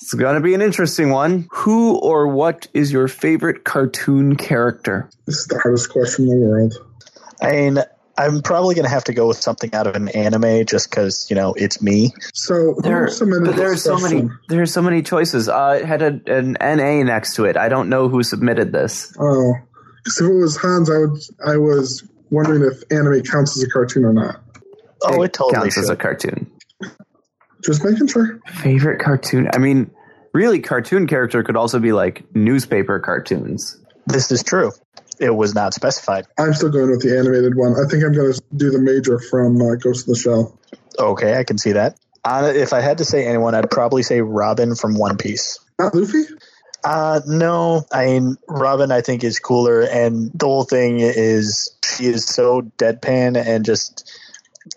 [SPEAKER 1] It's going to be an interesting one. Who or what is your favorite cartoon character?
[SPEAKER 3] This is the hardest question in the world.
[SPEAKER 2] I mean, I'm probably going to have to go with something out of an anime just because, you know, it's me.
[SPEAKER 3] So
[SPEAKER 1] There,
[SPEAKER 3] who submitted
[SPEAKER 1] but there are
[SPEAKER 3] this
[SPEAKER 1] so many.
[SPEAKER 3] question?
[SPEAKER 1] There are so many choices. Uh, it had a, an NA next to it. I don't know who submitted this.
[SPEAKER 3] Oh, 'Cause if it was Hans, I would. I was wondering if anime counts as a cartoon or not.
[SPEAKER 2] Oh, it totally
[SPEAKER 1] counts as a
[SPEAKER 2] should.
[SPEAKER 1] cartoon.
[SPEAKER 3] Just making sure.
[SPEAKER 1] Favorite cartoon? I mean, really, cartoon character could also be like newspaper cartoons.
[SPEAKER 2] This is true. It was not specified.
[SPEAKER 3] I'm still going with the animated one. I think I'm going to do the major from uh, Ghost in the Shell.
[SPEAKER 2] Okay, I can see that. Uh, if I had to say anyone, I'd probably say Robin from One Piece.
[SPEAKER 3] Not Ah, Luffy.
[SPEAKER 2] Uh, no, I mean, Robin, I think, is cooler. And the whole thing is she is so deadpan and just,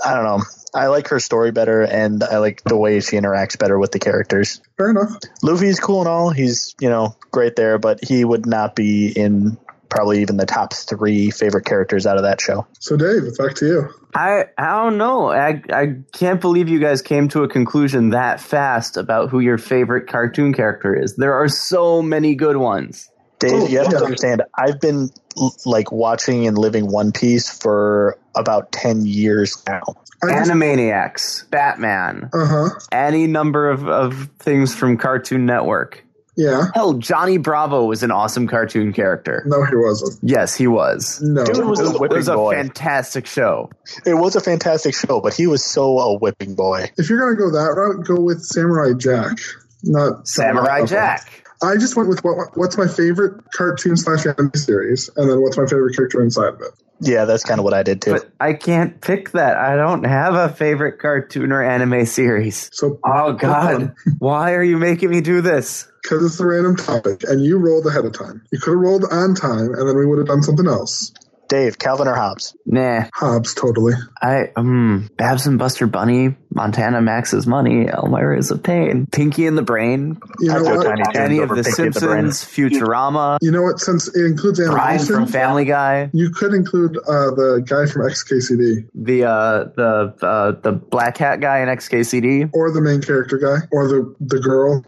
[SPEAKER 2] I don't know. I like her story better and I like the way she interacts better with the characters.
[SPEAKER 3] Fair enough.
[SPEAKER 2] Luffy's cool and all. He's, you know, great there, but he would not be in probably even the top three favorite characters out of that show.
[SPEAKER 3] So Dave, it's back to you.
[SPEAKER 1] I I don't know. I I can't believe you guys came to a conclusion that fast about who your favorite cartoon character is. There are so many good ones.
[SPEAKER 2] Dave,
[SPEAKER 3] Oh,
[SPEAKER 2] you have
[SPEAKER 3] yeah.
[SPEAKER 2] to understand, I've been l- like watching and living One Piece for about 10 years now.
[SPEAKER 1] Animaniacs, Batman,
[SPEAKER 3] Uh huh.
[SPEAKER 1] any number of, of things from Cartoon Network.
[SPEAKER 3] Yeah.
[SPEAKER 1] Hell, Johnny Bravo was an awesome cartoon character.
[SPEAKER 3] No, he wasn't.
[SPEAKER 1] Yes, he was.
[SPEAKER 3] No.
[SPEAKER 2] Dude was a
[SPEAKER 1] It
[SPEAKER 2] whipping
[SPEAKER 1] was a
[SPEAKER 2] boy.
[SPEAKER 1] fantastic show.
[SPEAKER 2] it was a fantastic show, but he was so a whipping boy.
[SPEAKER 3] if you're going to go that route, go with Samurai Jack. Not
[SPEAKER 1] Samurai
[SPEAKER 3] Bravo.
[SPEAKER 1] Jack.
[SPEAKER 3] I just went with what, what's my favorite cartoon slash anime series, and then what's my favorite character inside of it.
[SPEAKER 2] Yeah, that's kind of what I did too.
[SPEAKER 1] But I can't pick that. I don't have a favorite cartoon or anime series.
[SPEAKER 3] So
[SPEAKER 1] Oh God! Why are you making me do this?
[SPEAKER 3] because it's a random topic, and you rolled ahead of time. You could have rolled on time, and then we would have done something else.
[SPEAKER 2] Dave, Calvin or Hobbes?
[SPEAKER 1] Nah,
[SPEAKER 3] Hobbs, totally.
[SPEAKER 1] I um, Babs and Buster Bunny, Montana Max's money, Elmira is a pain, Pinky in the Brain,
[SPEAKER 3] You know
[SPEAKER 2] I'd go
[SPEAKER 3] what?
[SPEAKER 2] Tiny Toons
[SPEAKER 1] any of
[SPEAKER 2] over
[SPEAKER 1] the
[SPEAKER 2] Pinky and Brain.
[SPEAKER 1] Simpsons, Futurama,
[SPEAKER 3] You know what? Since it includes
[SPEAKER 1] Brian from
[SPEAKER 3] animation,
[SPEAKER 1] Family Guy,
[SPEAKER 3] you could include uh, the guy from XKCD,
[SPEAKER 1] the uh, the uh, the black hat guy in XKCD.
[SPEAKER 3] or the main character guy, or the the girl.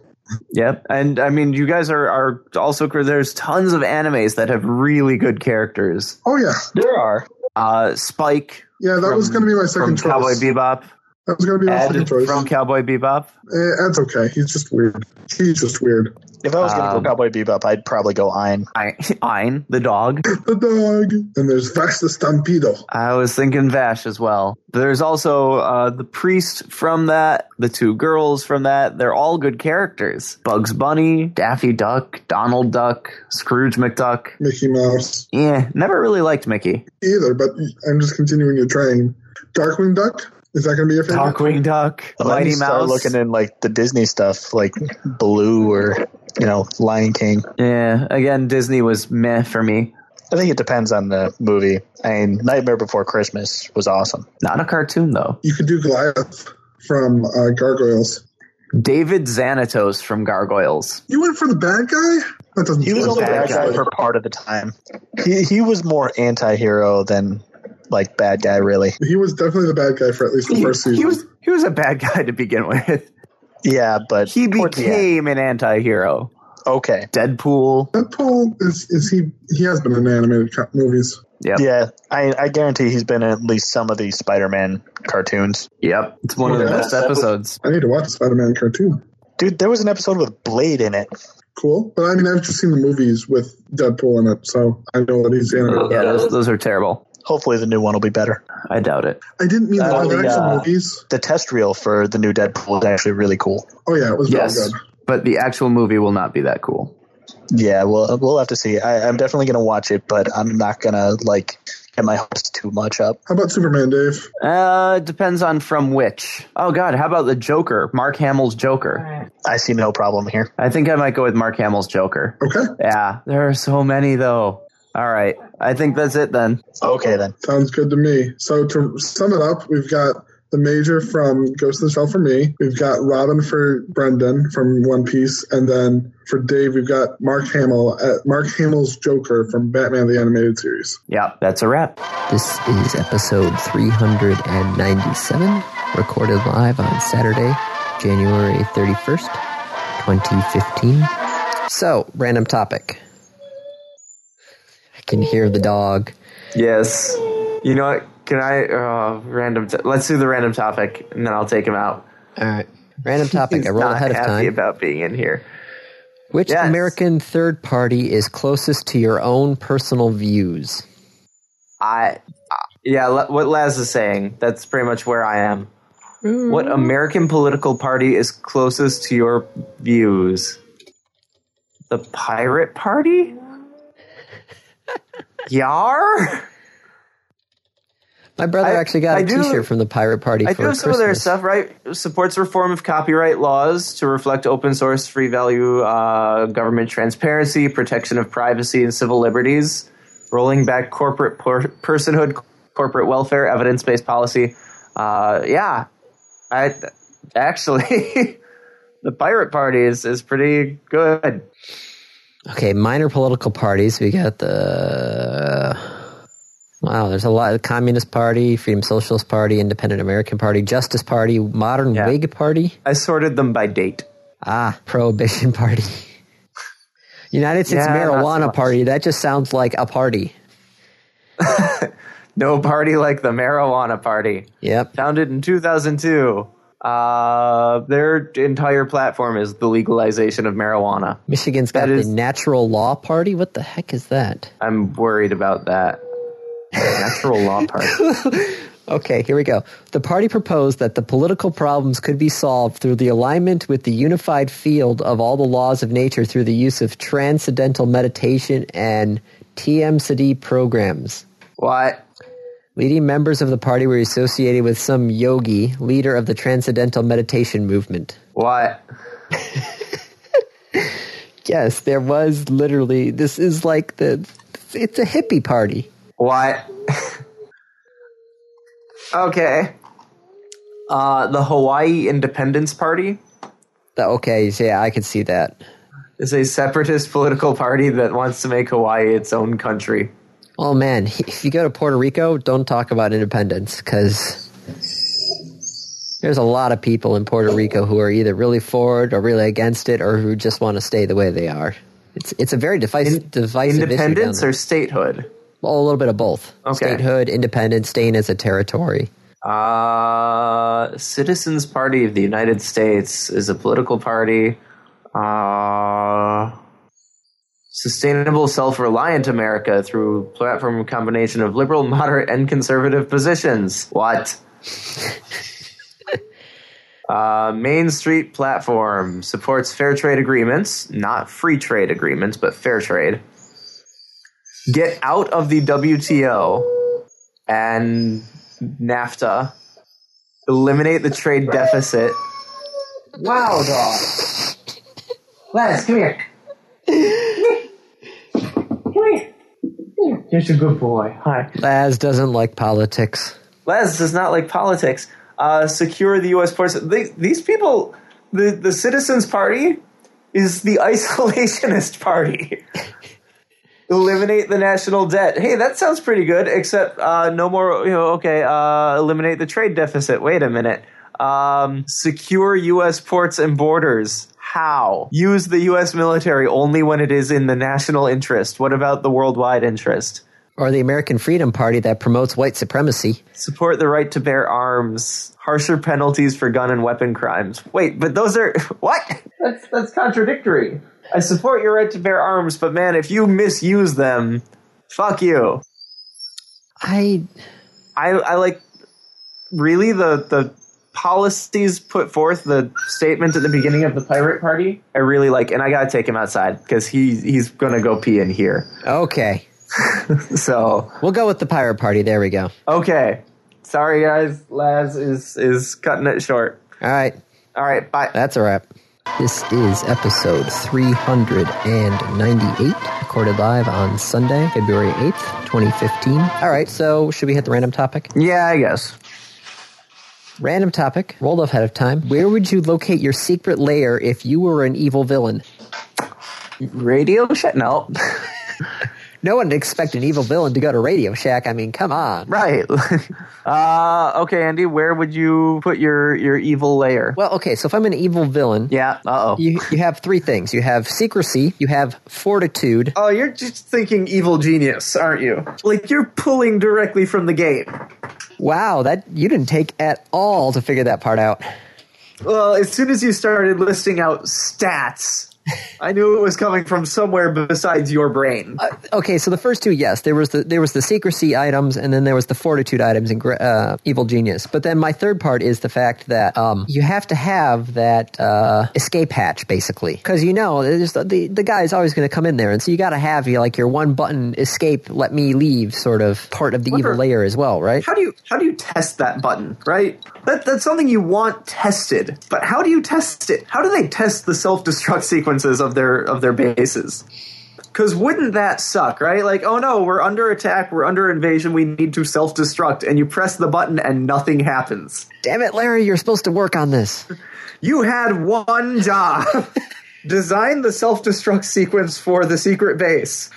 [SPEAKER 1] Yep, and I mean, you guys are are also there's tons of animes that have really good characters.
[SPEAKER 3] Oh yeah,
[SPEAKER 2] There are.
[SPEAKER 1] Uh, Spike
[SPEAKER 3] yeah. That
[SPEAKER 1] From-
[SPEAKER 3] was going to be my
[SPEAKER 1] from
[SPEAKER 3] second choice.
[SPEAKER 1] Cowboy Bebop,
[SPEAKER 3] that was going to be my
[SPEAKER 1] Ed
[SPEAKER 3] second choice.
[SPEAKER 1] from Cowboy Bebop.
[SPEAKER 3] Eh, that's okay. He's just weird. He's just weird.
[SPEAKER 2] If I was going to
[SPEAKER 1] Um,
[SPEAKER 2] go Cowboy Bebop, I'd probably go Ein.
[SPEAKER 1] I- Ein, the dog.
[SPEAKER 3] The dog. And there's Vax the Stampido.
[SPEAKER 1] I was thinking Vash as well. There's also uh, the priest from that, the two girls from that. They're all good characters. Bugs Bunny, Daffy Duck, Donald Duck, Scrooge McDuck.
[SPEAKER 3] Mickey Mouse.
[SPEAKER 1] Yeah, never really liked Mickey.
[SPEAKER 3] Either, but I'm just continuing your train. Darkwing Duck. Is that going to be your favorite?
[SPEAKER 1] Darkwing Duck,
[SPEAKER 2] Let me
[SPEAKER 1] Mighty
[SPEAKER 2] start
[SPEAKER 1] Mouse.
[SPEAKER 2] looking in like the Disney stuff, like Blue or you know Lion King.
[SPEAKER 1] yeah, again, Disney was meh for me.
[SPEAKER 2] I think it depends on the movie. I mean, Nightmare Before Christmas was awesome.
[SPEAKER 1] Not a cartoon though.
[SPEAKER 3] you could do Goliath from uh, Gargoyles.
[SPEAKER 1] David Xanatos from Gargoyles.
[SPEAKER 3] You went for the bad guy? That doesn't
[SPEAKER 2] He was
[SPEAKER 3] sound
[SPEAKER 2] only
[SPEAKER 1] a bad
[SPEAKER 2] bad guy
[SPEAKER 1] guy.
[SPEAKER 2] for part of the time. He he was more anti-hero than like bad guy really.
[SPEAKER 3] He was definitely the bad guy for at least the
[SPEAKER 1] He,
[SPEAKER 3] first season.
[SPEAKER 1] he was he was a bad guy to begin with.
[SPEAKER 2] Yeah, but
[SPEAKER 1] He
[SPEAKER 2] towards the end-
[SPEAKER 1] became an anti-hero.
[SPEAKER 2] okay.
[SPEAKER 1] Deadpool.
[SPEAKER 3] Deadpool is, is he? He has been in animated co- movies.
[SPEAKER 1] Yep.
[SPEAKER 2] Yeah, I I guarantee he's been in at least some of these Spider-Man cartoons.
[SPEAKER 1] Yep. It's one of the
[SPEAKER 3] Yeah.
[SPEAKER 1] best episodes.
[SPEAKER 3] I need to watch the Spider-Man cartoon.
[SPEAKER 2] Dude, there was an episode with Blade in it.
[SPEAKER 3] Cool, but I mean, I've just seen the movies with Deadpool in it, so I know that he's
[SPEAKER 2] Uh,
[SPEAKER 3] animated.
[SPEAKER 1] Yeah, those, those are terrible.
[SPEAKER 2] Hopefully, the new one will be better.
[SPEAKER 1] I doubt it.
[SPEAKER 3] I didn't mean the
[SPEAKER 2] That'll
[SPEAKER 3] live
[SPEAKER 2] be,
[SPEAKER 3] action
[SPEAKER 2] uh,
[SPEAKER 3] movies.
[SPEAKER 2] The test reel for the new Deadpool is actually really cool.
[SPEAKER 3] Oh yeah, it was
[SPEAKER 1] Yes.
[SPEAKER 3] real good.
[SPEAKER 1] But the actual movie will not be that cool.
[SPEAKER 2] Yeah, well, we'll have to see. I, I'm definitely gonna watch it, but I'm not gonna like get my hopes too much up.
[SPEAKER 3] How about Superman, Dave?
[SPEAKER 1] Uh, depends on from which. Oh God, how about the Joker? Mark Hamill's Joker.
[SPEAKER 2] I see no problem here.
[SPEAKER 1] I think I might go with Mark Hamill's Joker.
[SPEAKER 3] Okay,
[SPEAKER 1] Yeah, there are so many though. All right, I think that's it then.
[SPEAKER 2] Okay then.
[SPEAKER 3] sounds good to me. So to sum it up, we've got the Major from Ghost in the Shell for me. We've got Robin for Brendan from One Piece, and then for Dave, we've got Mark Hamill at Mark Hamill's Joker from Batman the Animated Series.
[SPEAKER 1] Yep, that's a wrap.
[SPEAKER 4] This is episode 397, recorded live on Saturday, January 31st, 2015. So, random topic. I can hear the dog.
[SPEAKER 1] Yes. You know what? Can I uh, random? T- let's do the random topic, and then I'll take him out.
[SPEAKER 5] All right. Random topic.
[SPEAKER 1] He's
[SPEAKER 5] I roll
[SPEAKER 1] not
[SPEAKER 5] ahead of
[SPEAKER 1] happy
[SPEAKER 5] time.
[SPEAKER 1] about being in here.
[SPEAKER 5] Which
[SPEAKER 1] Yes.
[SPEAKER 5] American third party is closest to your own personal views?
[SPEAKER 1] I, I- yeah, la- what Laz is saying. That's pretty much where I am. What
[SPEAKER 5] Mm.
[SPEAKER 1] American political party is closest to your views? The Pirate Party? Yar?
[SPEAKER 5] My brother
[SPEAKER 1] I-
[SPEAKER 5] actually got a
[SPEAKER 1] I do-
[SPEAKER 5] shirt from the Pirate Party
[SPEAKER 1] I do
[SPEAKER 5] for
[SPEAKER 1] have
[SPEAKER 5] Christmas.
[SPEAKER 1] some of their stuff, right? Supports reform of copyright laws to reflect open source, free value, uh, government transparency, protection of privacy and civil liberties, rolling back corporate por- personhood, corporate welfare, evidence based policy. Uh, yeah, I actually, the Pirate Party is, is pretty good.
[SPEAKER 5] Okay, minor political parties. We got the wow. There's a lot: Communist Party, Freedom Socialist Party, Independent American Party, Justice Party, Modern
[SPEAKER 1] Yeah.
[SPEAKER 5] Whig Party,
[SPEAKER 1] I sorted them by date.
[SPEAKER 5] ah, Prohibition Party, United States
[SPEAKER 1] Yeah, not so
[SPEAKER 5] Marijuana
[SPEAKER 1] much.
[SPEAKER 5] Party. That just sounds like a party.
[SPEAKER 1] No party like the Marijuana Party.
[SPEAKER 5] Yep.
[SPEAKER 1] founded in 2002. Uh, their entire platform is the legalization of marijuana.
[SPEAKER 5] Michigan's got
[SPEAKER 1] That is-
[SPEAKER 5] the Natural Law Party. What the heck is that?
[SPEAKER 1] I'm worried about that. Natural law party.
[SPEAKER 5] Okay, here we go. The party proposed that the political problems could be solved through the alignment with the unified field of all the laws of nature through the use of transcendental meditation and TMCD programs.
[SPEAKER 1] What?
[SPEAKER 5] Leading members of the party were associated with some yogi, leader of the transcendental meditation movement.
[SPEAKER 1] What?
[SPEAKER 5] Yes, there was literally this is like the it's a hippie party.
[SPEAKER 1] What? okay. Uh, the Hawaii Independence Party
[SPEAKER 5] The- Okay, yeah, I could see that.
[SPEAKER 1] is a separatist political party that wants to make Hawaii its own country.
[SPEAKER 5] Oh man, if you go to Puerto Rico, don't talk about independence because there's a lot of people in Puerto Rico who are either really for it or really against it or who just want to stay the way they are. It's it's a very divisive, divisive
[SPEAKER 1] Independence
[SPEAKER 5] issue
[SPEAKER 1] or statehood?
[SPEAKER 5] or a little bit of both.
[SPEAKER 1] Okay.
[SPEAKER 5] Statehood, independence, staying as a territory.
[SPEAKER 1] Uh, Citizens Party of the United States is a political party. Uh, sustainable, self-reliant America through platform combination of liberal, moderate, and conservative positions. What? Uh, Main Street Platform supports fair trade agreements, not free trade agreements, but fair trade. Get out of the WTO and NAFTA, eliminate the trade deficit. Wow, dog. Les, come here. Come here. Here's a good boy. Hi.
[SPEAKER 5] Laz doesn't like politics.
[SPEAKER 1] Les does not like politics. Uh, secure the U.S. ports. They, these people, the, the Citizens Party is the isolationist party. eliminate the national debt. Hey, that sounds pretty good, except uh, no more, you know, okay, uh, eliminate the trade deficit. Wait a minute. Um, secure U.S. ports and borders. How? Use the U.S. military only when it is in the national interest. What about the worldwide interest?
[SPEAKER 5] Or the American Freedom Party that promotes white supremacy.
[SPEAKER 1] support the right to bear arms, harsher penalties for gun and weapon crimes. Wait, but those are what? That's that's contradictory. I support your right to bear arms, but man, if you misuse them, fuck you.
[SPEAKER 5] I
[SPEAKER 1] I I like really the the policies put forth the statement at the beginning of the pirate party. I really like and I got to take him outside cuz he he's going to go pee in here.
[SPEAKER 5] okay.
[SPEAKER 1] So,
[SPEAKER 5] We'll go with the pirate party. There we go.
[SPEAKER 1] okay. Sorry guys, Laz is is cutting it short.
[SPEAKER 5] All right.
[SPEAKER 1] All right, bye.
[SPEAKER 5] That's a wrap. This is episode 398, recorded live on Sunday, February 8th, 2015. All right, so should we hit the random topic?
[SPEAKER 1] Yeah, I guess.
[SPEAKER 5] Random topic, rolled off ahead of time. Where would you locate your secret lair if you were an evil villain?
[SPEAKER 1] Radio Shack? No.
[SPEAKER 5] No one would expect an evil villain to go to Radio Shack. I mean, come on.
[SPEAKER 1] right. uh, okay, Andy, where would you put your, your evil layer?
[SPEAKER 5] Well, okay, so if I'm an evil villain,
[SPEAKER 1] Yeah. Uh oh.
[SPEAKER 5] you, you have three things you have secrecy, you have fortitude.
[SPEAKER 1] Oh, you're just thinking evil genius, aren't you? Like, you're pulling directly from the game.
[SPEAKER 5] Wow, that you didn't take at all to figure that part out.
[SPEAKER 1] Well, as soon as you started listing out stats, I knew it was coming from somewhere besides your brain.
[SPEAKER 5] Uh, okay, so the first two, yes, there was the there was the secrecy items, and then there was the fortitude items in Gre- uh, Evil Genius. But then my third part is the fact that um, you have to have that uh, escape hatch basically, because you know there's the, the the guy is always going to come in there, and so you got to have you know, like your one button escape, let me leave, sort of part of the
[SPEAKER 1] Wonder-
[SPEAKER 5] evil layer as well, right?
[SPEAKER 1] How do you how do you test that button, right? That that's something you want tested, but how do you test it? How do they test the self-destruct sequences of their of their bases? Cuz wouldn't that suck, right? Like, oh no, we're under attack, we're under invasion, we need to self-destruct and you press the button and nothing happens.
[SPEAKER 5] Damn it, Larry, you're supposed to work on this.
[SPEAKER 1] You had one job. Design the self-destruct sequence for the secret base.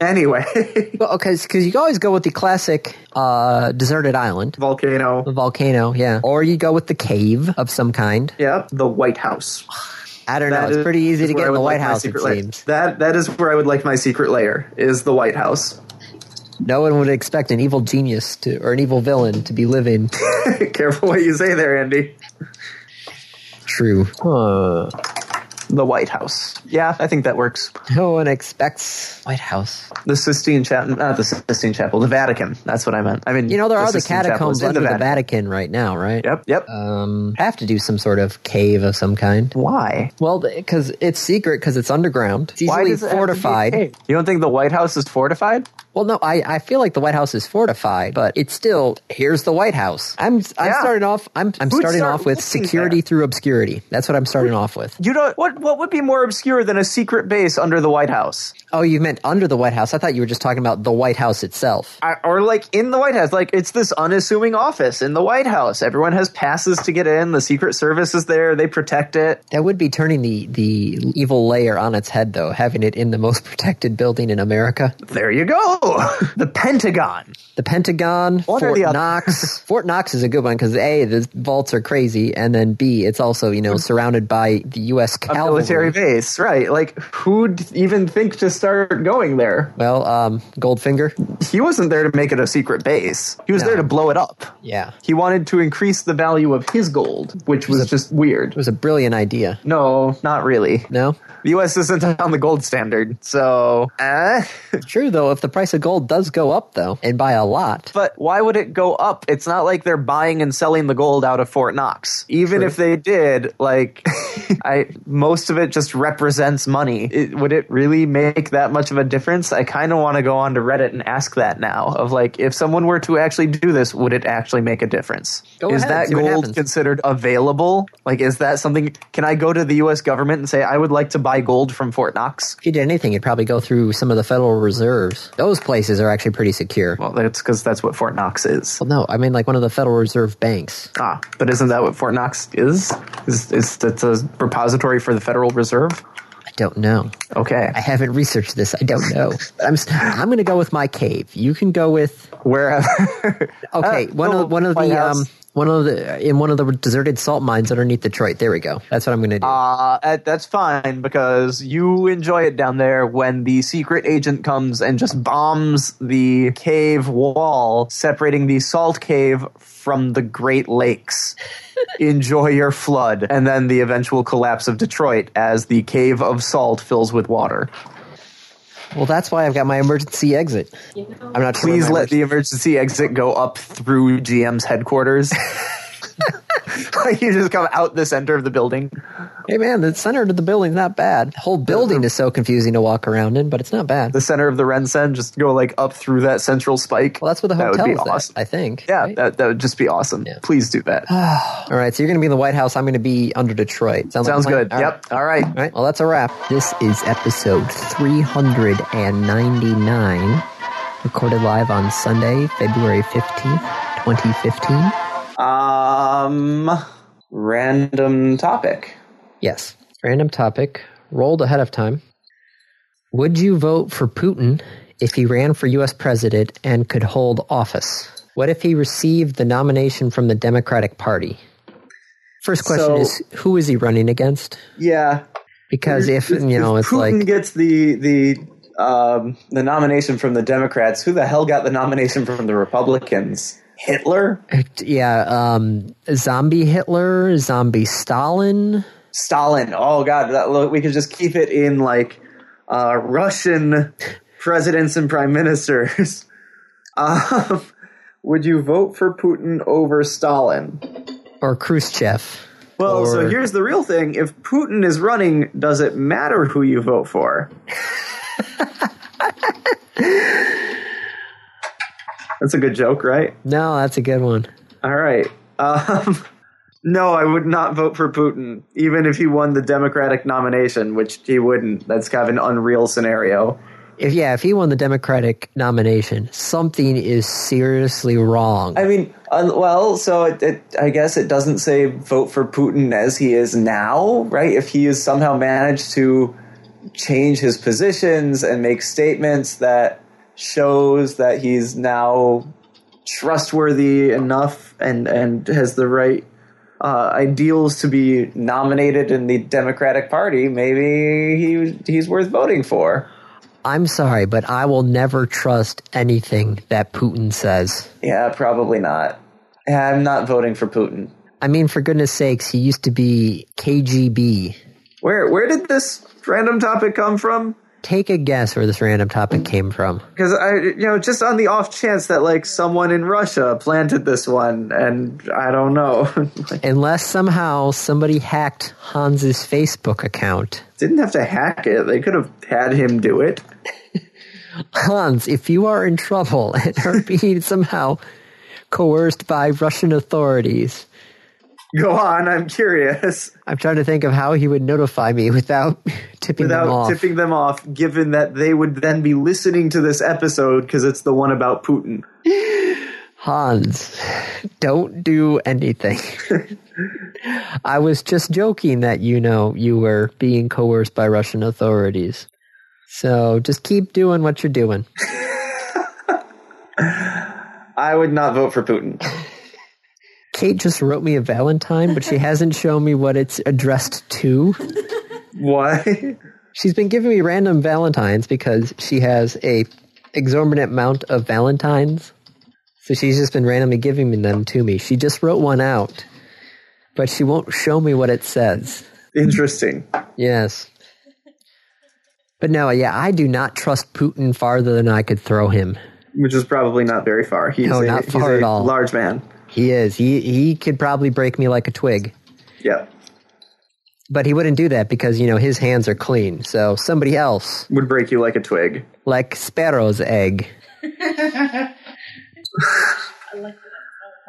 [SPEAKER 1] Anyway,
[SPEAKER 5] Well, okay, because you always go with the classic uh, deserted island.
[SPEAKER 1] volcano.
[SPEAKER 5] The volcano, yeah. Or you go with the cave of some kind.
[SPEAKER 1] Yep, the White House.
[SPEAKER 5] I don't know.
[SPEAKER 1] That
[SPEAKER 5] It's
[SPEAKER 1] is-
[SPEAKER 5] pretty easy
[SPEAKER 1] is
[SPEAKER 5] to
[SPEAKER 1] where
[SPEAKER 5] get
[SPEAKER 1] I
[SPEAKER 5] in
[SPEAKER 1] would
[SPEAKER 5] the
[SPEAKER 1] like
[SPEAKER 5] White
[SPEAKER 1] my
[SPEAKER 5] House, it
[SPEAKER 1] secret lair.
[SPEAKER 5] seems.
[SPEAKER 1] That that is where I would like my secret layer is the White House.
[SPEAKER 5] No one would expect an evil genius to, or an evil villain to be living.
[SPEAKER 1] Careful what you say there, Andy.
[SPEAKER 5] True. Huh.
[SPEAKER 1] The White House. Yeah, I think that works.
[SPEAKER 5] No one expects White House.
[SPEAKER 1] The Sistine Chapel, not the Sistine Chapel, the Vatican. That's what I meant. I mean,
[SPEAKER 5] You know, there are the
[SPEAKER 1] Sistine Chapel
[SPEAKER 5] catacombs
[SPEAKER 1] is in
[SPEAKER 5] under the Vatican. right now, right?
[SPEAKER 1] Yep, yep.
[SPEAKER 5] Um, have to do some sort of cave of some kind.
[SPEAKER 1] Why?
[SPEAKER 5] Well, because it's secret, because it's underground. It's
[SPEAKER 1] Why
[SPEAKER 5] usually
[SPEAKER 1] does it have to be a
[SPEAKER 5] fortified.
[SPEAKER 1] cave? You don't think the White House is fortified?
[SPEAKER 5] Well, no, I, I feel like the White House is fortified, but it's still here's the White House. I'm I'm
[SPEAKER 1] Yeah.
[SPEAKER 5] starting off I'm I'm
[SPEAKER 1] Who'd
[SPEAKER 5] starting
[SPEAKER 1] start
[SPEAKER 5] off with
[SPEAKER 1] looking
[SPEAKER 5] security
[SPEAKER 1] there?
[SPEAKER 5] through obscurity. That's what I'm starting off with.
[SPEAKER 1] You don't. What what would be more obscure than a secret base under the White House,
[SPEAKER 5] Oh, you meant under the White House? I thought you were just talking about the White House itself.
[SPEAKER 1] I, or like in the White House? Like it's this unassuming office in the White House. Everyone has passes to get in. The Secret Service is there. They protect it.
[SPEAKER 5] That would be turning the the evil layer on its head, though, having it in the most protected building in America,
[SPEAKER 1] There you go. The Pentagon.
[SPEAKER 5] the Pentagon,
[SPEAKER 1] What are
[SPEAKER 5] Fort
[SPEAKER 1] the oth-
[SPEAKER 5] Knox. Fort Knox is a good one because a the vaults are crazy, and then b it's also you know surrounded by the U.S.
[SPEAKER 1] A
[SPEAKER 5] cavalry.
[SPEAKER 1] military base, right? Like, who'd even think to start going there?
[SPEAKER 5] Well, um, Goldfinger.
[SPEAKER 1] He wasn't there to make it a secret base. He was
[SPEAKER 5] No.
[SPEAKER 1] there to blow it up.
[SPEAKER 5] Yeah.
[SPEAKER 1] He wanted to increase the value of his gold, which was just weird.
[SPEAKER 5] It was a brilliant idea.
[SPEAKER 1] No, not really.
[SPEAKER 5] No?
[SPEAKER 1] The U.S. isn't on the gold standard, so. Eh?
[SPEAKER 5] True, though, if the price of gold does go up, though, and by a lot,
[SPEAKER 1] But why would it go up? It's not like they're buying and selling the gold out of Fort Knox. Even if they did, like, I most of it just represents money. It, would it really make that much of a difference? I kind of want to go on to Reddit and ask that now. Of like, if someone were to actually do this, would it actually make a difference?
[SPEAKER 5] Go
[SPEAKER 1] is
[SPEAKER 5] ahead,
[SPEAKER 1] that
[SPEAKER 5] see what
[SPEAKER 1] gold
[SPEAKER 5] happens.
[SPEAKER 1] considered available? Like, is that something? Can I go to the U.S. government and say I would like to buy gold from Fort Knox?
[SPEAKER 5] if you did anything, you'd probably go through some of the Federal Reserves. Those places are actually pretty secure.
[SPEAKER 1] Well, that's because that's what Fort Knox is.
[SPEAKER 5] Well, no, I mean like one of the Federal Reserve banks.
[SPEAKER 1] Ah, but isn't that what Fort Knox is? Is is that's a repository for the Federal Reserve?
[SPEAKER 5] I don't know.
[SPEAKER 1] Okay,
[SPEAKER 5] I haven't researched this. I don't know. But I'm s- I'm going to go with my cave. You can go with
[SPEAKER 1] wherever.
[SPEAKER 5] okay.
[SPEAKER 1] Uh,
[SPEAKER 5] One
[SPEAKER 1] no,
[SPEAKER 5] of one of
[SPEAKER 1] White
[SPEAKER 5] the
[SPEAKER 1] House.
[SPEAKER 5] um one of the in one of the deserted salt mines underneath Detroit. There we go. That's what I'm going to do.
[SPEAKER 1] uh, that- that's fine because you enjoy it down there when the secret agent comes and just bombs the cave wall separating the salt cave from the Great Lakes. enjoy your flood and then the eventual collapse of Detroit as the cave of salt fills with water.
[SPEAKER 5] well, that's why I've got my emergency exit. I'm not. sure
[SPEAKER 1] Please
[SPEAKER 5] where my
[SPEAKER 1] let the emergency exit go up through GM's headquarters. like you just come out the center of the building.
[SPEAKER 5] Hey man, the center of the building's not bad. The whole building is so confusing to walk around in, but it's not bad.
[SPEAKER 1] The center of the Rensen, just go like up through that central spike.
[SPEAKER 5] Well, that's where the
[SPEAKER 1] That would
[SPEAKER 5] hotel
[SPEAKER 1] be
[SPEAKER 5] is. at,
[SPEAKER 1] awesome.
[SPEAKER 5] I think.
[SPEAKER 1] Yeah,
[SPEAKER 5] right?
[SPEAKER 1] that, that would just be awesome.
[SPEAKER 5] Yeah. Ah,
[SPEAKER 1] Please do that.
[SPEAKER 5] All right, so you're going to be in the White House. I'm going to be under Detroit. Sounds, like
[SPEAKER 1] Sounds
[SPEAKER 5] a plan?
[SPEAKER 1] good.
[SPEAKER 5] All right.
[SPEAKER 1] yep. All right.
[SPEAKER 5] All right. Well, that's a wrap. This is episode 399, recorded live on Sunday, February 15th, 2015.
[SPEAKER 1] Um, random topic.
[SPEAKER 5] Yes. Random topic, rolled ahead of time. Would you vote for Putin if he ran for U.S. president and could hold office? What if he received the nomination from the Democratic Party? First question
[SPEAKER 1] So-
[SPEAKER 5] is who is he running against?
[SPEAKER 1] Yeah,
[SPEAKER 5] Because if you know, it's
[SPEAKER 1] Putin
[SPEAKER 5] like
[SPEAKER 1] gets the the um, the nomination from the Democrats. Who the hell got the nomination from the Republicans? Hitler,
[SPEAKER 5] Yeah, um, zombie Hitler, zombie Stalin.
[SPEAKER 1] Stalin. Oh God, that, look, we could just keep it in like uh, Russian presidents and prime ministers. Um, would you vote for Putin over Stalin?
[SPEAKER 5] or Khrushchev.
[SPEAKER 1] Well, so
[SPEAKER 5] Or-
[SPEAKER 1] here's the real thing: if Putin is running, does it matter who you vote for? That's a good joke, right?
[SPEAKER 5] No, that's a good one.
[SPEAKER 1] All right. Um, no, I would not vote for Putin, even if he won the Democratic nomination, which he wouldn't. That's kind of an unreal scenario.
[SPEAKER 5] If yeah, if he won the Democratic nomination, something is seriously wrong.
[SPEAKER 1] I mean, uh, well, so it, it, I guess it doesn't say vote for Putin as he is now, right? If he has somehow managed to change his positions and make statements that shows that he's now trustworthy enough and and has the right uh, ideals to be nominated in the Democratic Party, maybe he he's worth voting for.
[SPEAKER 5] I'm sorry, but I will never trust anything that Putin says.
[SPEAKER 1] Yeah, probably not. I'm not voting for Putin.
[SPEAKER 5] I mean, for goodness sakes, he used to be KGB.
[SPEAKER 1] Where where did this random topic come from?
[SPEAKER 5] Take a guess where this random topic came from.
[SPEAKER 1] Because I, you know, just on the off chance that like someone in Russia planted this one, and I don't know, Like,
[SPEAKER 5] Unless somehow somebody hacked Hans's Facebook account.
[SPEAKER 1] didn't have to hack it. They could have had him do it.
[SPEAKER 5] Hans, if you are in trouble and are being somehow coerced by Russian authorities,
[SPEAKER 1] Go on, I'm curious.
[SPEAKER 5] I'm trying to think of how he would notify me without tipping them
[SPEAKER 1] Without
[SPEAKER 5] off.
[SPEAKER 1] tipping them off, given that they would then be listening to this episode because it's the one about Putin.
[SPEAKER 5] Hans, don't do anything. I was just joking that you know you were being coerced by Russian authorities. So just keep doing what you're doing.
[SPEAKER 1] I would not vote for Putin.
[SPEAKER 5] Kate just wrote me a Valentine, but she hasn't shown me what it's addressed to.
[SPEAKER 1] Why?
[SPEAKER 5] She's been giving me random Valentines because she has a exorbitant amount of Valentines. So she's just been randomly giving me them to me. She just wrote one out, but she won't show me what it says.
[SPEAKER 1] Interesting.
[SPEAKER 5] Yes. But no, yeah, I do not trust Putin farther than I could throw him.
[SPEAKER 1] Which is probably not very far. He's
[SPEAKER 5] No,
[SPEAKER 1] a,
[SPEAKER 5] not
[SPEAKER 1] he's
[SPEAKER 5] far
[SPEAKER 1] a
[SPEAKER 5] at all.
[SPEAKER 1] large man.
[SPEAKER 5] He is. He he could probably break me like a twig.
[SPEAKER 1] Yeah.
[SPEAKER 5] But he wouldn't do that because, you know, his hands are clean. So somebody else,
[SPEAKER 1] Would break you like a twig.
[SPEAKER 5] like Sparrow's egg.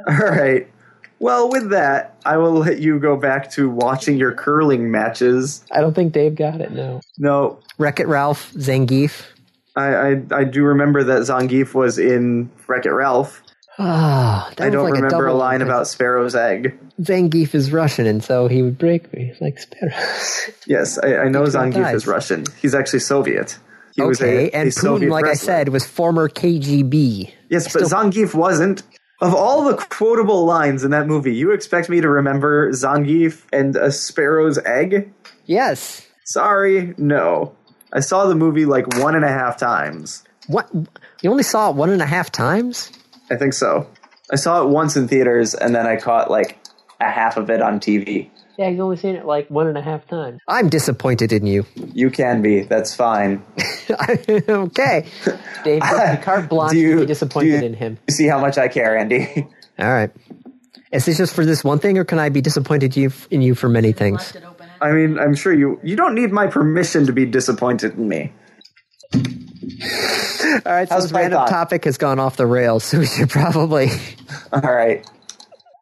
[SPEAKER 1] All right. Well, with that, I will let you go back to watching your curling matches.
[SPEAKER 5] I don't think Dave got it, no.
[SPEAKER 1] No,
[SPEAKER 5] Wreck It Ralph, Zangief.
[SPEAKER 1] I I, I do remember that Zangief was in Wreck It Ralph.
[SPEAKER 5] Ah, that
[SPEAKER 1] I
[SPEAKER 5] was
[SPEAKER 1] don't
[SPEAKER 5] like
[SPEAKER 1] remember a
[SPEAKER 5] double-
[SPEAKER 1] line about Sparrow's egg.
[SPEAKER 5] Zangief is Russian, and so he would break me like Sparrow.
[SPEAKER 1] Yes, I, I know
[SPEAKER 5] Between
[SPEAKER 1] Zangief is
[SPEAKER 5] thighs.
[SPEAKER 1] Russian. He's actually Soviet. He was
[SPEAKER 5] okay,
[SPEAKER 1] a, a
[SPEAKER 5] and Putin,
[SPEAKER 1] Soviet
[SPEAKER 5] like I
[SPEAKER 1] wrestler.
[SPEAKER 5] said, was former KGB.
[SPEAKER 1] Yes, but Zangief wasn't. Of all the quotable lines in that movie, you expect me to remember Zangief and a sparrow's egg?
[SPEAKER 5] Yes.
[SPEAKER 1] Sorry, no. I saw the movie like one and a half times.
[SPEAKER 5] What? You only saw it one and a half times?
[SPEAKER 1] I think so. I saw it once in theaters, and then I caught like a half of it on TV.
[SPEAKER 5] Yeah, you've only seen it like one and a half times. I'm disappointed in you.
[SPEAKER 1] You can be. That's fine.
[SPEAKER 5] okay. Dave, carte blanche
[SPEAKER 1] Do you-
[SPEAKER 5] to be disappointed
[SPEAKER 1] do you-
[SPEAKER 5] in him.
[SPEAKER 1] You see how much I care, Andy.
[SPEAKER 5] All right. Is this just for this one thing, or can I be disappointed you, in you for many things?
[SPEAKER 6] Left it open.
[SPEAKER 1] I mean, I'm sure you. You don't need my permission to be disappointed in me.
[SPEAKER 5] All right, so
[SPEAKER 1] How's
[SPEAKER 5] this random
[SPEAKER 1] Python?
[SPEAKER 5] topic has gone off the rails, so we should probably.
[SPEAKER 1] All right.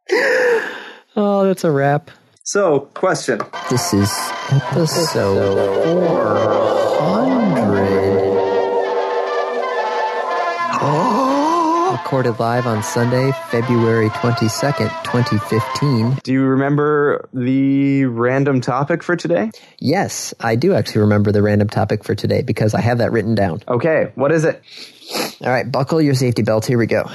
[SPEAKER 5] Oh, that's a wrap.
[SPEAKER 1] So, question.
[SPEAKER 5] This is episode 400. Recorded live on Sunday, February 22nd, 2015.
[SPEAKER 1] Do you remember the random topic for today?
[SPEAKER 5] Yes, I do actually remember the random topic for today because I have that written down.
[SPEAKER 1] Okay, what is it?
[SPEAKER 5] All right, buckle your safety belt. Here we go.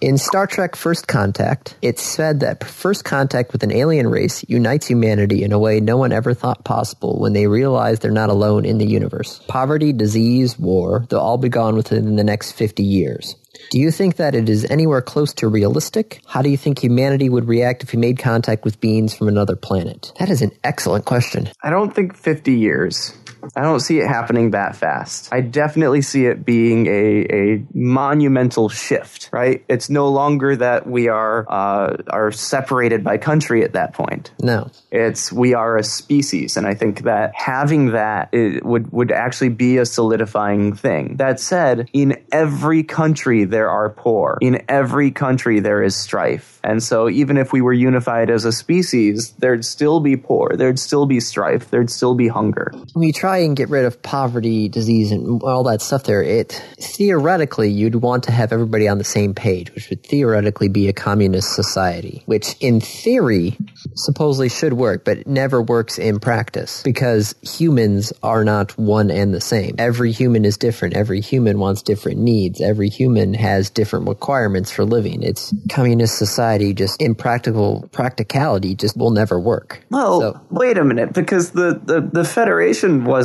[SPEAKER 5] In Star Trek First Contact, it's said that first contact with an alien race unites humanity in a way no one ever thought possible when they realize they're not alone in the universe. Poverty, disease, war, they'll all be gone within the next 50 years. Do you think that it is anywhere close to realistic? How do you think humanity would react if we made contact with beings from another planet? That is an excellent question.
[SPEAKER 1] I don't think 50 years. I don't see it happening that fast. I definitely see it being a, a monumental shift, right? It's no longer that we are uh, are separated by country at that point.
[SPEAKER 5] No.
[SPEAKER 1] It's we are a species, and I think that having that i- would would actually be a solidifying thing. That said, in every country there are poor. In every country there is strife, and so even if we were unified as a species, there'd still be poor. There'd still be strife. There'd still be hunger.
[SPEAKER 5] When you try and get rid of poverty, disease, and all that stuff there, it theoretically you'd want to have everybody on the same page, which would theoretically be a communist society, which in theory supposedly should work, but it never works in practice because humans are not one and the same. Every human is different. Every human wants different needs. Every human has different requirements for living. It's communist society just in practical practicality just will never work.
[SPEAKER 1] Well,
[SPEAKER 5] So-
[SPEAKER 1] wait a minute, because the, the, the Federation wasn't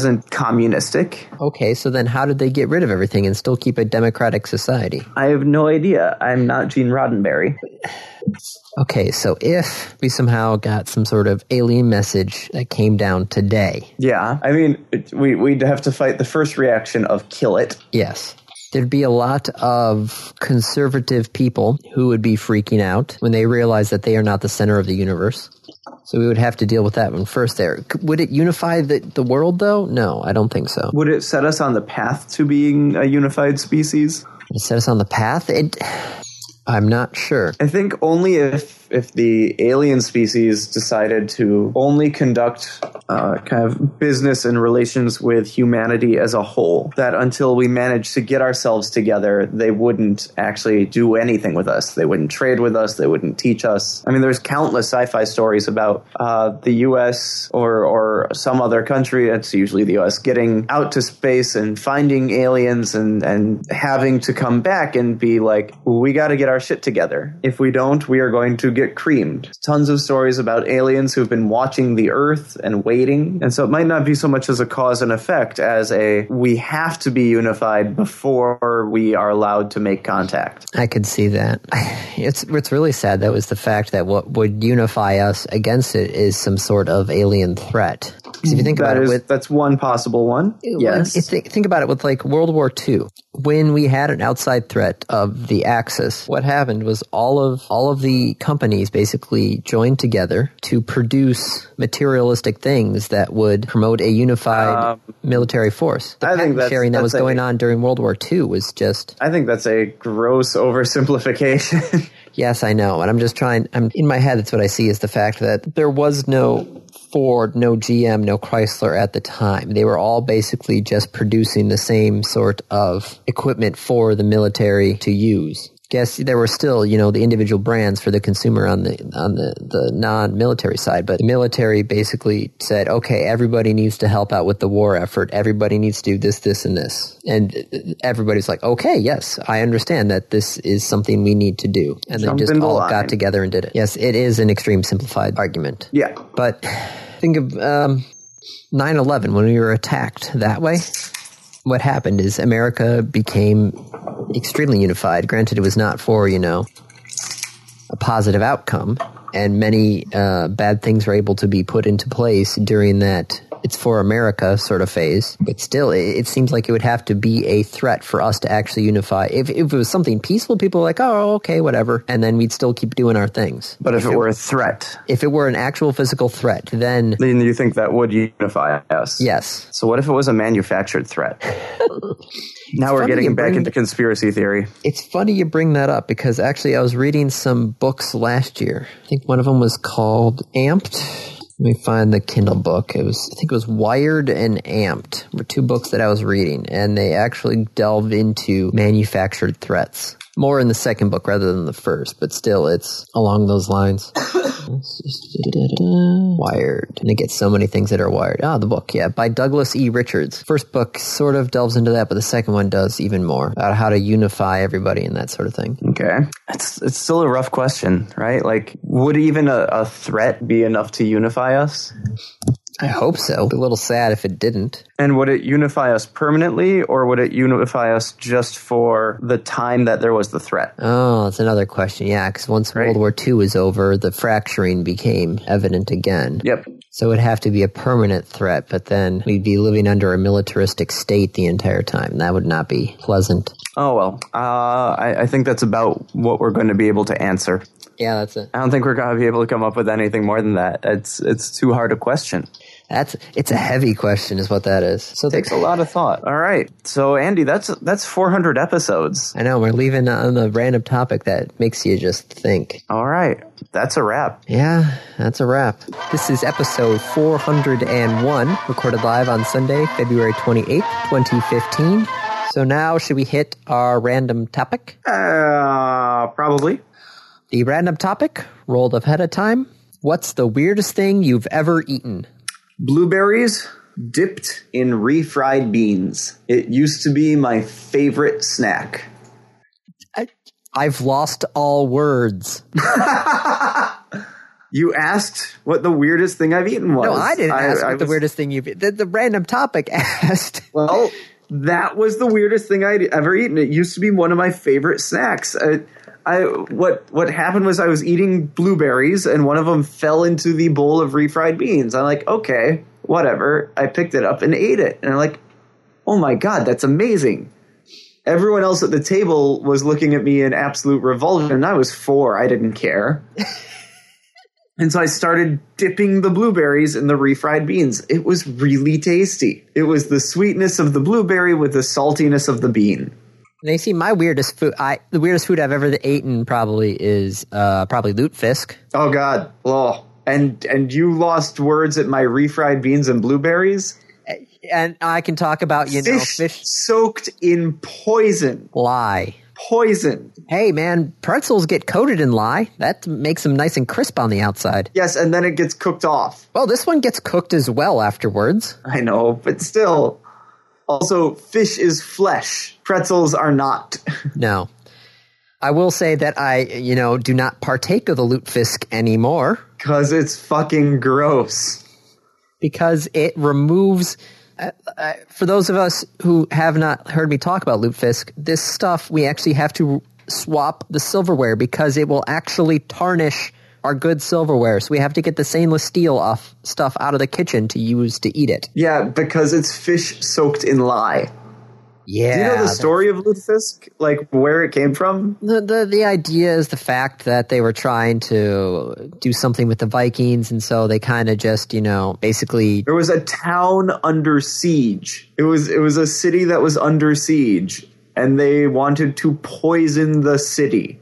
[SPEAKER 1] communistic.
[SPEAKER 5] Okay, so then how did they get rid of everything and still keep a democratic society?
[SPEAKER 1] I have no idea. I'm not Gene Roddenberry.
[SPEAKER 5] Okay, so if we somehow got some sort of alien message that came down today,
[SPEAKER 1] Yeah, I mean, it, we, we'd have to fight the first reaction of kill it.
[SPEAKER 5] yes, there'd be a lot of conservative people who would be freaking out when they realize that they are not the center of the universe. So we would have to deal with that one first there. C- Would it unify the, the world though? No, I don't think so.
[SPEAKER 1] Would it set us on the path to being a unified species?
[SPEAKER 5] It set us on the path? It, I'm not sure.
[SPEAKER 1] I think only if if the alien species decided to only conduct uh, kind of business and relations with humanity as a whole, that until we managed to get ourselves together, they wouldn't actually do anything with us. They wouldn't trade with us. They wouldn't teach us. I mean, there's countless sci-fi stories about uh, the U.S. or or some other country. It's usually the U.S. getting out to space and finding aliens and and having to come back and be like, we got to get our shit together. If we don't, we are going to get creamed. Tons of stories about aliens who've been watching the Earth and waiting, and so it might not be so much as a cause and effect as a we have to be unified before we are allowed to make contact.
[SPEAKER 5] I could see that. It's what's really sad though is the fact that what would unify us against it is some sort of alien threat. 'Cause if you think
[SPEAKER 1] That
[SPEAKER 5] about
[SPEAKER 1] is,
[SPEAKER 5] it with
[SPEAKER 1] that's one possible one. Yes.
[SPEAKER 5] if you think about it with like World War II, when we had an outside threat of the Axis, what happened was all of all of the companies basically joined together to produce materialistic things that would promote a unified military force. The
[SPEAKER 1] Um, I think
[SPEAKER 5] patent
[SPEAKER 1] that's-
[SPEAKER 5] sharing that
[SPEAKER 1] that's
[SPEAKER 5] was
[SPEAKER 1] a-
[SPEAKER 5] going on during World War II was just
[SPEAKER 1] I think that's a gross oversimplification.
[SPEAKER 5] Yes, I know. And I'm just trying, I'm in my head, that's what I see is the fact that there was no Ford, no GM, no Chrysler at the time. They were all basically just producing the same sort of equipment for the military to use. Yes, there were still, you know, the individual brands for the consumer on the on the, the non-military side, but the military basically said, okay, everybody needs to help out with the war effort. Everybody needs to do this, this, and this. And uh, everybody's like, okay, yes, I understand that this is something we need to do. And they
[SPEAKER 1] Jump
[SPEAKER 5] just
[SPEAKER 1] in the
[SPEAKER 5] all
[SPEAKER 1] line.
[SPEAKER 5] got together and did it. Yes, it is an extreme simplified argument.
[SPEAKER 1] yeah.
[SPEAKER 5] But think of um, 9-11 when we were attacked that way. What happened is America became extremely unified. Granted, it was not for, you know, a positive outcome, and many uh, bad things were able to be put into place during that it's for America sort of phase. But still, it, it seems like it would have to be a threat for us to actually unify. If, if it was something peaceful, people were like, oh, okay, whatever. And then we'd still keep doing our things.
[SPEAKER 1] But if it were a threat,
[SPEAKER 5] If it were an actual physical threat, then
[SPEAKER 1] then you think that would unify us.
[SPEAKER 5] yes.
[SPEAKER 1] So what if it was a manufactured threat? now we're
[SPEAKER 5] funny you
[SPEAKER 1] getting back
[SPEAKER 5] bring-
[SPEAKER 1] into conspiracy theory.
[SPEAKER 5] It's funny you bring that up because actually I was reading some books last year. I think one of them was called Amped. Let me find the Kindle book. It was I think it was Wired and Amped were two books that I was reading, and they actually delve into manufactured threats. More in the second book rather than the first, but still it's along those lines. Let's just- Wired. And they get so many things that are wired. Ah, the book, yeah, by Douglas E. Richards. First book sort of delves into that, but the second one does even more about how to unify everybody and that sort of thing.
[SPEAKER 1] Okay. It's it's still a rough question, right? Like would even a, a threat be enough to unify us?
[SPEAKER 5] I hope so. Be a little sad if it didn't.
[SPEAKER 1] And would it unify us permanently, or would it unify us just for the time that there was the threat?
[SPEAKER 5] Oh, that's another question. Yeah, because once World War II was over, the fracturing became evident again.
[SPEAKER 1] Yep.
[SPEAKER 5] So it'd have to be a permanent threat, but then we'd be living under a militaristic state the entire time. That would not be pleasant.
[SPEAKER 1] Oh, well. Uh, I, I think that's about what we're going to be able to answer.
[SPEAKER 5] Yeah, that's it.
[SPEAKER 1] I don't think we're going to be able to come up with anything more than that. It's, it's too hard a question.
[SPEAKER 5] That's it's a heavy question, is what that is. So
[SPEAKER 1] Takes a lot of thought. All right. So, Andy, that's, that's 400 episodes.
[SPEAKER 5] I know we're leaving on a random topic that makes you just think.
[SPEAKER 1] All right. That's a wrap.
[SPEAKER 5] Yeah, that's a wrap. This is episode 401, recorded live on Sunday, February 28th, 2015. So now, should we hit our random topic?
[SPEAKER 1] Uh, probably.
[SPEAKER 5] The random topic, rolled ahead of time. What's the weirdest thing you've ever eaten?
[SPEAKER 1] Blueberries dipped in refried beans. It used to be my favorite snack.
[SPEAKER 5] I, I've lost all words.
[SPEAKER 1] You asked what the weirdest thing I've eaten was.
[SPEAKER 5] No, I didn't ask what the
[SPEAKER 1] was-
[SPEAKER 5] weirdest thing you've e-, the, the random topic asked.
[SPEAKER 1] Well, that was the weirdest thing I'd ever eaten. It used to be one of my favorite snacks. I, I what what happened was I was eating blueberries and one of them fell into the bowl of refried beans. I'm like, okay, whatever. I picked it up and ate it, and I'm like, oh my god, that's amazing. Everyone else at the table was looking at me in absolute revulsion, and I was four. I didn't care. And so I started dipping the blueberries in the refried beans. It was really tasty. It was the sweetness of the blueberry with the saltiness of the bean.
[SPEAKER 5] They see my weirdest food. I the weirdest food I've ever eaten probably is uh, probably lutefisk.
[SPEAKER 1] Oh god. Oh. And and you lost words at my refried beans and blueberries?
[SPEAKER 5] and I can talk about you know
[SPEAKER 1] fish,
[SPEAKER 5] fish
[SPEAKER 1] soaked in poison.
[SPEAKER 5] lye.
[SPEAKER 1] Poison.
[SPEAKER 5] Hey man, pretzels get coated in lye. That makes them nice and crisp on the outside.
[SPEAKER 1] Yes, and then it gets cooked off.
[SPEAKER 5] Well, this one gets cooked as well afterwards.
[SPEAKER 1] I know, but still. Also, fish is flesh. Pretzels are not.
[SPEAKER 5] No. I will say that I, you know, do not partake of the lutefisk anymore
[SPEAKER 1] Cause it's fucking gross.
[SPEAKER 5] because it removes. Uh, uh, for those of us who have not heard me talk about lutefisk, this stuff we actually have to swap the silverware because it will actually tarnish our good silverware. So we have to get the stainless steel off stuff out of the kitchen to use to eat it.
[SPEAKER 1] Yeah, because it's fish soaked in lye.
[SPEAKER 5] Yeah,
[SPEAKER 1] Do you know the story of Lutefisk? Like where it came from?
[SPEAKER 5] The, the the idea is the fact that they were trying to do something with the Vikings, and so they kind of just you know basically
[SPEAKER 1] There was a town under siege. It was it was a city that was under siege, and they wanted to poison the city.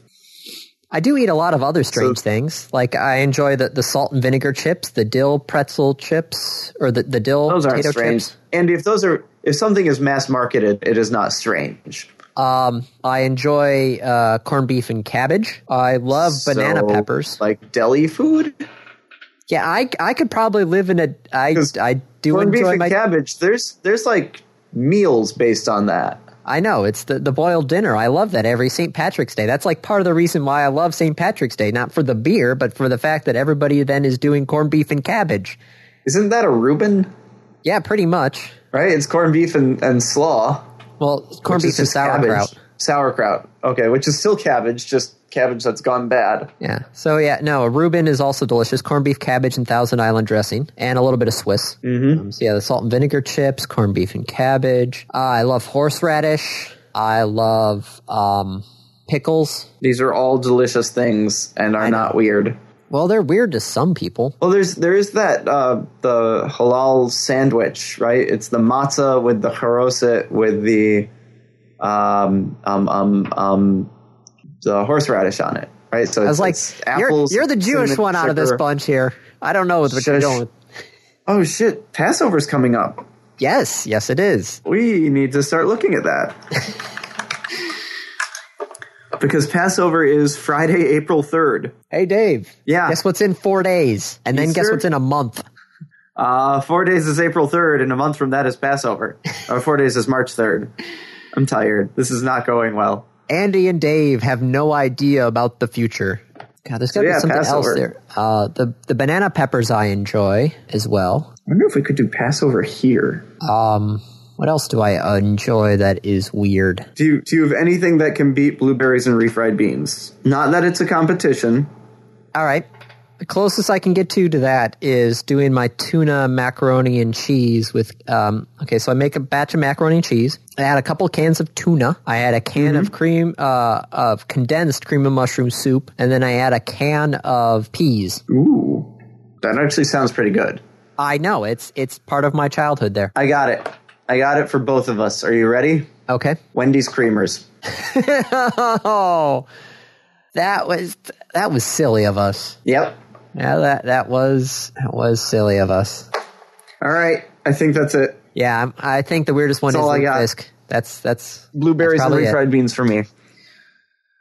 [SPEAKER 5] I do eat a lot of other strange things. Like I enjoy the, the salt and vinegar chips, the dill pretzel chips, or the, the dill
[SPEAKER 1] Those aren't
[SPEAKER 5] potato
[SPEAKER 1] strange.
[SPEAKER 5] chips.
[SPEAKER 1] And if those are if something is mass marketed, it is not strange.
[SPEAKER 5] Um, I enjoy uh, corned beef and cabbage. I love banana
[SPEAKER 1] So,
[SPEAKER 5] peppers.
[SPEAKER 1] like deli food.
[SPEAKER 5] Yeah, I I could probably live in a I
[SPEAKER 1] 'Cause
[SPEAKER 5] I do
[SPEAKER 1] Corned beef
[SPEAKER 5] enjoy
[SPEAKER 1] and
[SPEAKER 5] my.
[SPEAKER 1] cabbage. There's there's like meals based on that.
[SPEAKER 5] I know it's the the boiled dinner. I love that every St. Patrick's Day. That's like part of the reason why I love St. Patrick's Day, not for the beer, but for the fact that everybody then is doing corned beef and cabbage.
[SPEAKER 1] Isn't that a Reuben?
[SPEAKER 5] Yeah, pretty much.
[SPEAKER 1] Right? It's corned beef and, and slaw.
[SPEAKER 5] Well, corned
[SPEAKER 1] which is
[SPEAKER 5] beef and
[SPEAKER 1] just cabbage.
[SPEAKER 5] sauerkraut.
[SPEAKER 1] Sauerkraut. Okay, which is still cabbage, just cabbage that's gone bad.
[SPEAKER 5] Yeah. So yeah, no, a Reuben is also delicious. Corned beef, cabbage, and Thousand Island dressing, and a little bit of Swiss. Mm-hmm. so yeah, the salt and vinegar chips, corned beef and cabbage. Uh, I love horseradish. I love um, pickles.
[SPEAKER 1] These are all delicious things and are not weird.
[SPEAKER 5] Well, they're weird to some people.
[SPEAKER 1] Well, there's there is that uh, the halal sandwich, right? It's the matzah with the haroset with the um um um um the horseradish on it, right? So it's,
[SPEAKER 5] I was like,
[SPEAKER 1] it's
[SPEAKER 5] you're,
[SPEAKER 1] apples.
[SPEAKER 5] you're the Jewish
[SPEAKER 1] cinnamon,
[SPEAKER 5] one out of this
[SPEAKER 1] sugar.
[SPEAKER 5] bunch here. I don't know what you're
[SPEAKER 1] Shush.
[SPEAKER 5] doing. with-
[SPEAKER 1] Oh shit! Passover's coming up.
[SPEAKER 5] Yes, yes, it is.
[SPEAKER 1] we need to start looking at that. because Passover is Friday, April 3rd.
[SPEAKER 5] Hey, Dave.
[SPEAKER 1] Yeah.
[SPEAKER 5] Guess what's in four days, and then guess
[SPEAKER 1] Easter?
[SPEAKER 5] what's in a month.
[SPEAKER 1] Uh, four days is April 3rd, and a month from that is Passover. or four days is March 3rd. I'm tired. This is not going well.
[SPEAKER 5] Andy and Dave have no idea about the future. God, there's got to
[SPEAKER 1] yeah,
[SPEAKER 5] be something
[SPEAKER 1] Passover.
[SPEAKER 5] else there. Uh, the the banana peppers I enjoy as well.
[SPEAKER 1] wonder if we could do Passover here.
[SPEAKER 7] Um, what else do I enjoy that is weird?
[SPEAKER 1] Do you, do you have anything that can beat blueberries and refried beans? Not that it's a competition.
[SPEAKER 7] All right. The closest I can get to to that is doing my tuna macaroni and cheese with. Um, okay, so I make a batch of macaroni and cheese. I add a couple cans of tuna. I add a can
[SPEAKER 1] Mm-hmm.
[SPEAKER 7] of cream uh, of condensed cream of mushroom soup, and then I add a can of peas.
[SPEAKER 1] Ooh, that actually sounds pretty good.
[SPEAKER 7] I know it's it's part of my childhood there.
[SPEAKER 1] I got it. I got it for both of us. Are you ready?
[SPEAKER 7] Okay.
[SPEAKER 1] Wendy's Creamers.
[SPEAKER 7] oh, that was that was silly of us.
[SPEAKER 1] Yep.
[SPEAKER 7] Yeah, that that was that was silly of us.
[SPEAKER 1] All right. I think that's it.
[SPEAKER 7] Yeah, I'm- I think the weirdest one
[SPEAKER 1] That's
[SPEAKER 7] is
[SPEAKER 1] all I
[SPEAKER 7] Limp
[SPEAKER 1] got.
[SPEAKER 7] Bizk. That's that's
[SPEAKER 1] Blueberries
[SPEAKER 7] That's probably
[SPEAKER 1] and
[SPEAKER 7] it.
[SPEAKER 1] refried beans for me.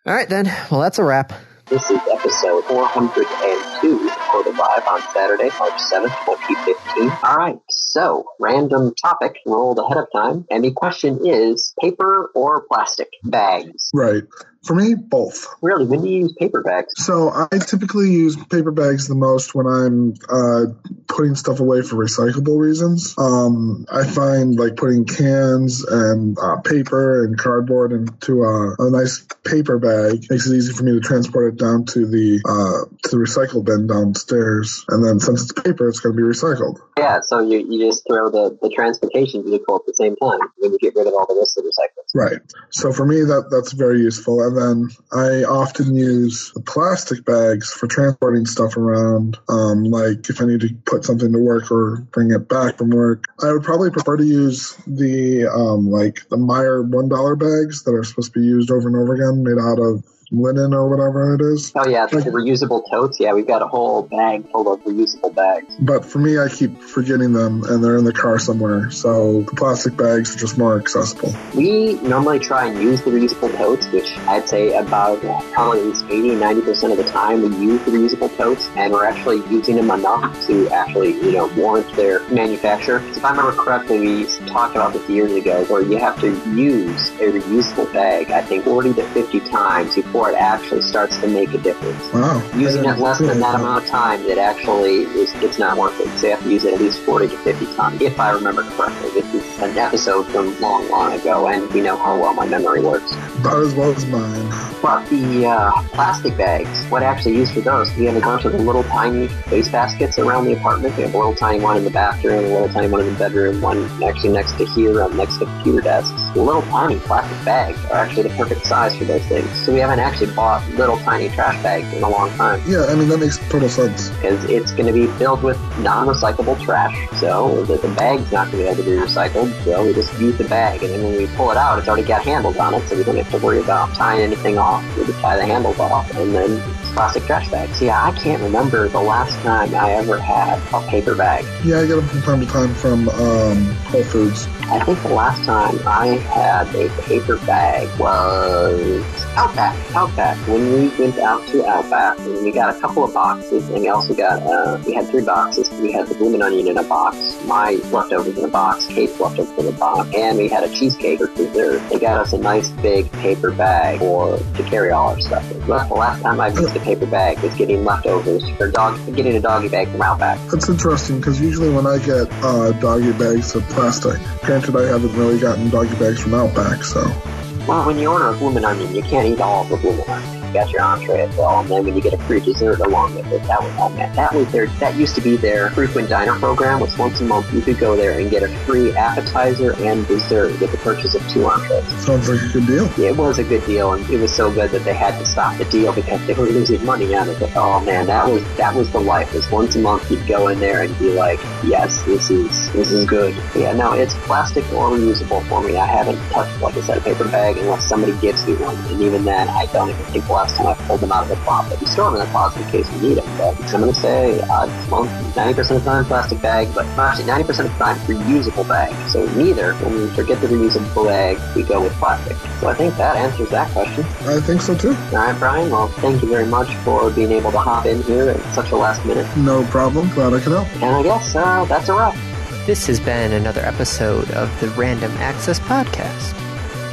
[SPEAKER 7] all right then. Well, that's a wrap.
[SPEAKER 5] This is episode 402 recorded live on Saturday, March 7th, 2015. All right, so random topic rolled ahead of time, and the question is paper or plastic bags?
[SPEAKER 3] Right. For me, both.
[SPEAKER 5] Really, when do you use paper bags?
[SPEAKER 3] So I typically use paper bags the most when I'm uh, putting stuff away for recyclable reasons. Um, I find like putting cans and uh, paper and cardboard into uh, a nice paper bag makes it easy for me to transport it down to the uh, to the recycle bin downstairs. And then since it's paper, it's going to be recycled.
[SPEAKER 5] Yeah, so you, you just throw the, the transportation vehicle at the same time when you get rid of all the rest of the recyclables.
[SPEAKER 3] Right. So for me, that that's very useful. And then I often use the plastic bags for transporting stuff around. Um, like if I need to put something to work or bring it back from work, I would probably prefer to use the um, like the Meyer one dollar bags that are supposed to be used over and over again, made out of linen or whatever it is.
[SPEAKER 5] Oh, yeah, the reusable totes. Yeah, we've got a whole bag full of reusable bags.
[SPEAKER 3] But for me, I keep forgetting them, and they're in the car somewhere. So the plastic bags are just more accessible.
[SPEAKER 5] We normally try and use the reusable totes, which I'd say about uh, probably at least 80 90% of the time we use the reusable totes, and we're actually using them enough to actually, you know, warrant their manufacture. 'Cause if I remember correctly, we talked about this years ago where you have to use a reusable bag, I think 40 to 50 times before it actually starts to make a difference
[SPEAKER 3] Wow.
[SPEAKER 5] using it less than that
[SPEAKER 3] Yeah.
[SPEAKER 5] amount of time, it actually is it's not worth it. So you have to use it at least 40 to 50 times, if I remember correctly. This is an episode from long, long ago, and we know how well my memory works.
[SPEAKER 3] About as well as mine.
[SPEAKER 5] But the uh, plastic bags, what I actually use for those? We have a bunch of the little tiny waste baskets around the apartment. We have a little tiny one in the bathroom, a little tiny one in the bedroom, one actually next to here, um, next to the computer desk. The little tiny plastic bags are actually the perfect size for those things. So we haven't actually bought little tiny trash bags in a long time
[SPEAKER 3] Yeah, I mean that makes total sense.
[SPEAKER 5] because it's going to be filled with non-recyclable trash. So the, the bag's not going to be able to be recycled. So we just use the bag, and then when we pull it out, it's already got handles on it, so we don't have to worry about tying anything off. We just tie the handles off, and then it's plastic trash bags. Yeah, I can't remember the last time I ever had a paper bag.
[SPEAKER 3] Yeah, I get them from time to time from um, Whole Foods.
[SPEAKER 5] I think the last time I had a paper bag was Outback. Outback. When we went out to Outback, and we got a couple of boxes, and we also got uh, we had three boxes. We had the bloomin' onion in a box, my leftovers in a box, Kate's leftovers in a box, and we had a cheesecake for dessert. They got us a nice big paper bag for to carry all our stuff. in. That's the last time I used a paper bag was getting leftovers or dog getting a doggy bag from Outback.
[SPEAKER 3] That's interesting because usually when I get uh, doggy bags of plastic, granted I haven't really gotten doggy bags from Outback, so
[SPEAKER 5] Well, when you order a bloomin' onion, you can't eat all of the bloomin' onion. You got your entree as well, and then when you get a free dessert along with it, that was all man. That was their that used to be their frequent diner program. Was once a month you could go there and get a free appetizer and dessert with the purchase of two entrees.
[SPEAKER 3] sounds like a good deal.
[SPEAKER 5] It was a good deal, and it was so good that they had to stop the deal because they were losing money on it. But, oh man, that was that was the life. Was once a month you'd go in there and be like, "Yes, this is this is good." Yeah, no, it's plastic or reusable for me. I haven't touched like I said, a paper bag unless somebody gives me one, and even then, I don't even think the last time I pulled them out of the closet. We store them in the closet in case we need them. But I'm gonna say, uh, well, 90% of the time plastic bag, but actually 90% of the time reusable bag. So neither. When we forget the reusable bag, we go with plastic. So I think that answers that question.
[SPEAKER 3] I think so too.
[SPEAKER 5] All right, Brian. Well, thank you very much for being able to hop in here at such a last minute.
[SPEAKER 3] No problem. Glad I could help.
[SPEAKER 5] And I guess uh, that's a wrap.
[SPEAKER 7] This has been another episode of the Random Access Podcast. If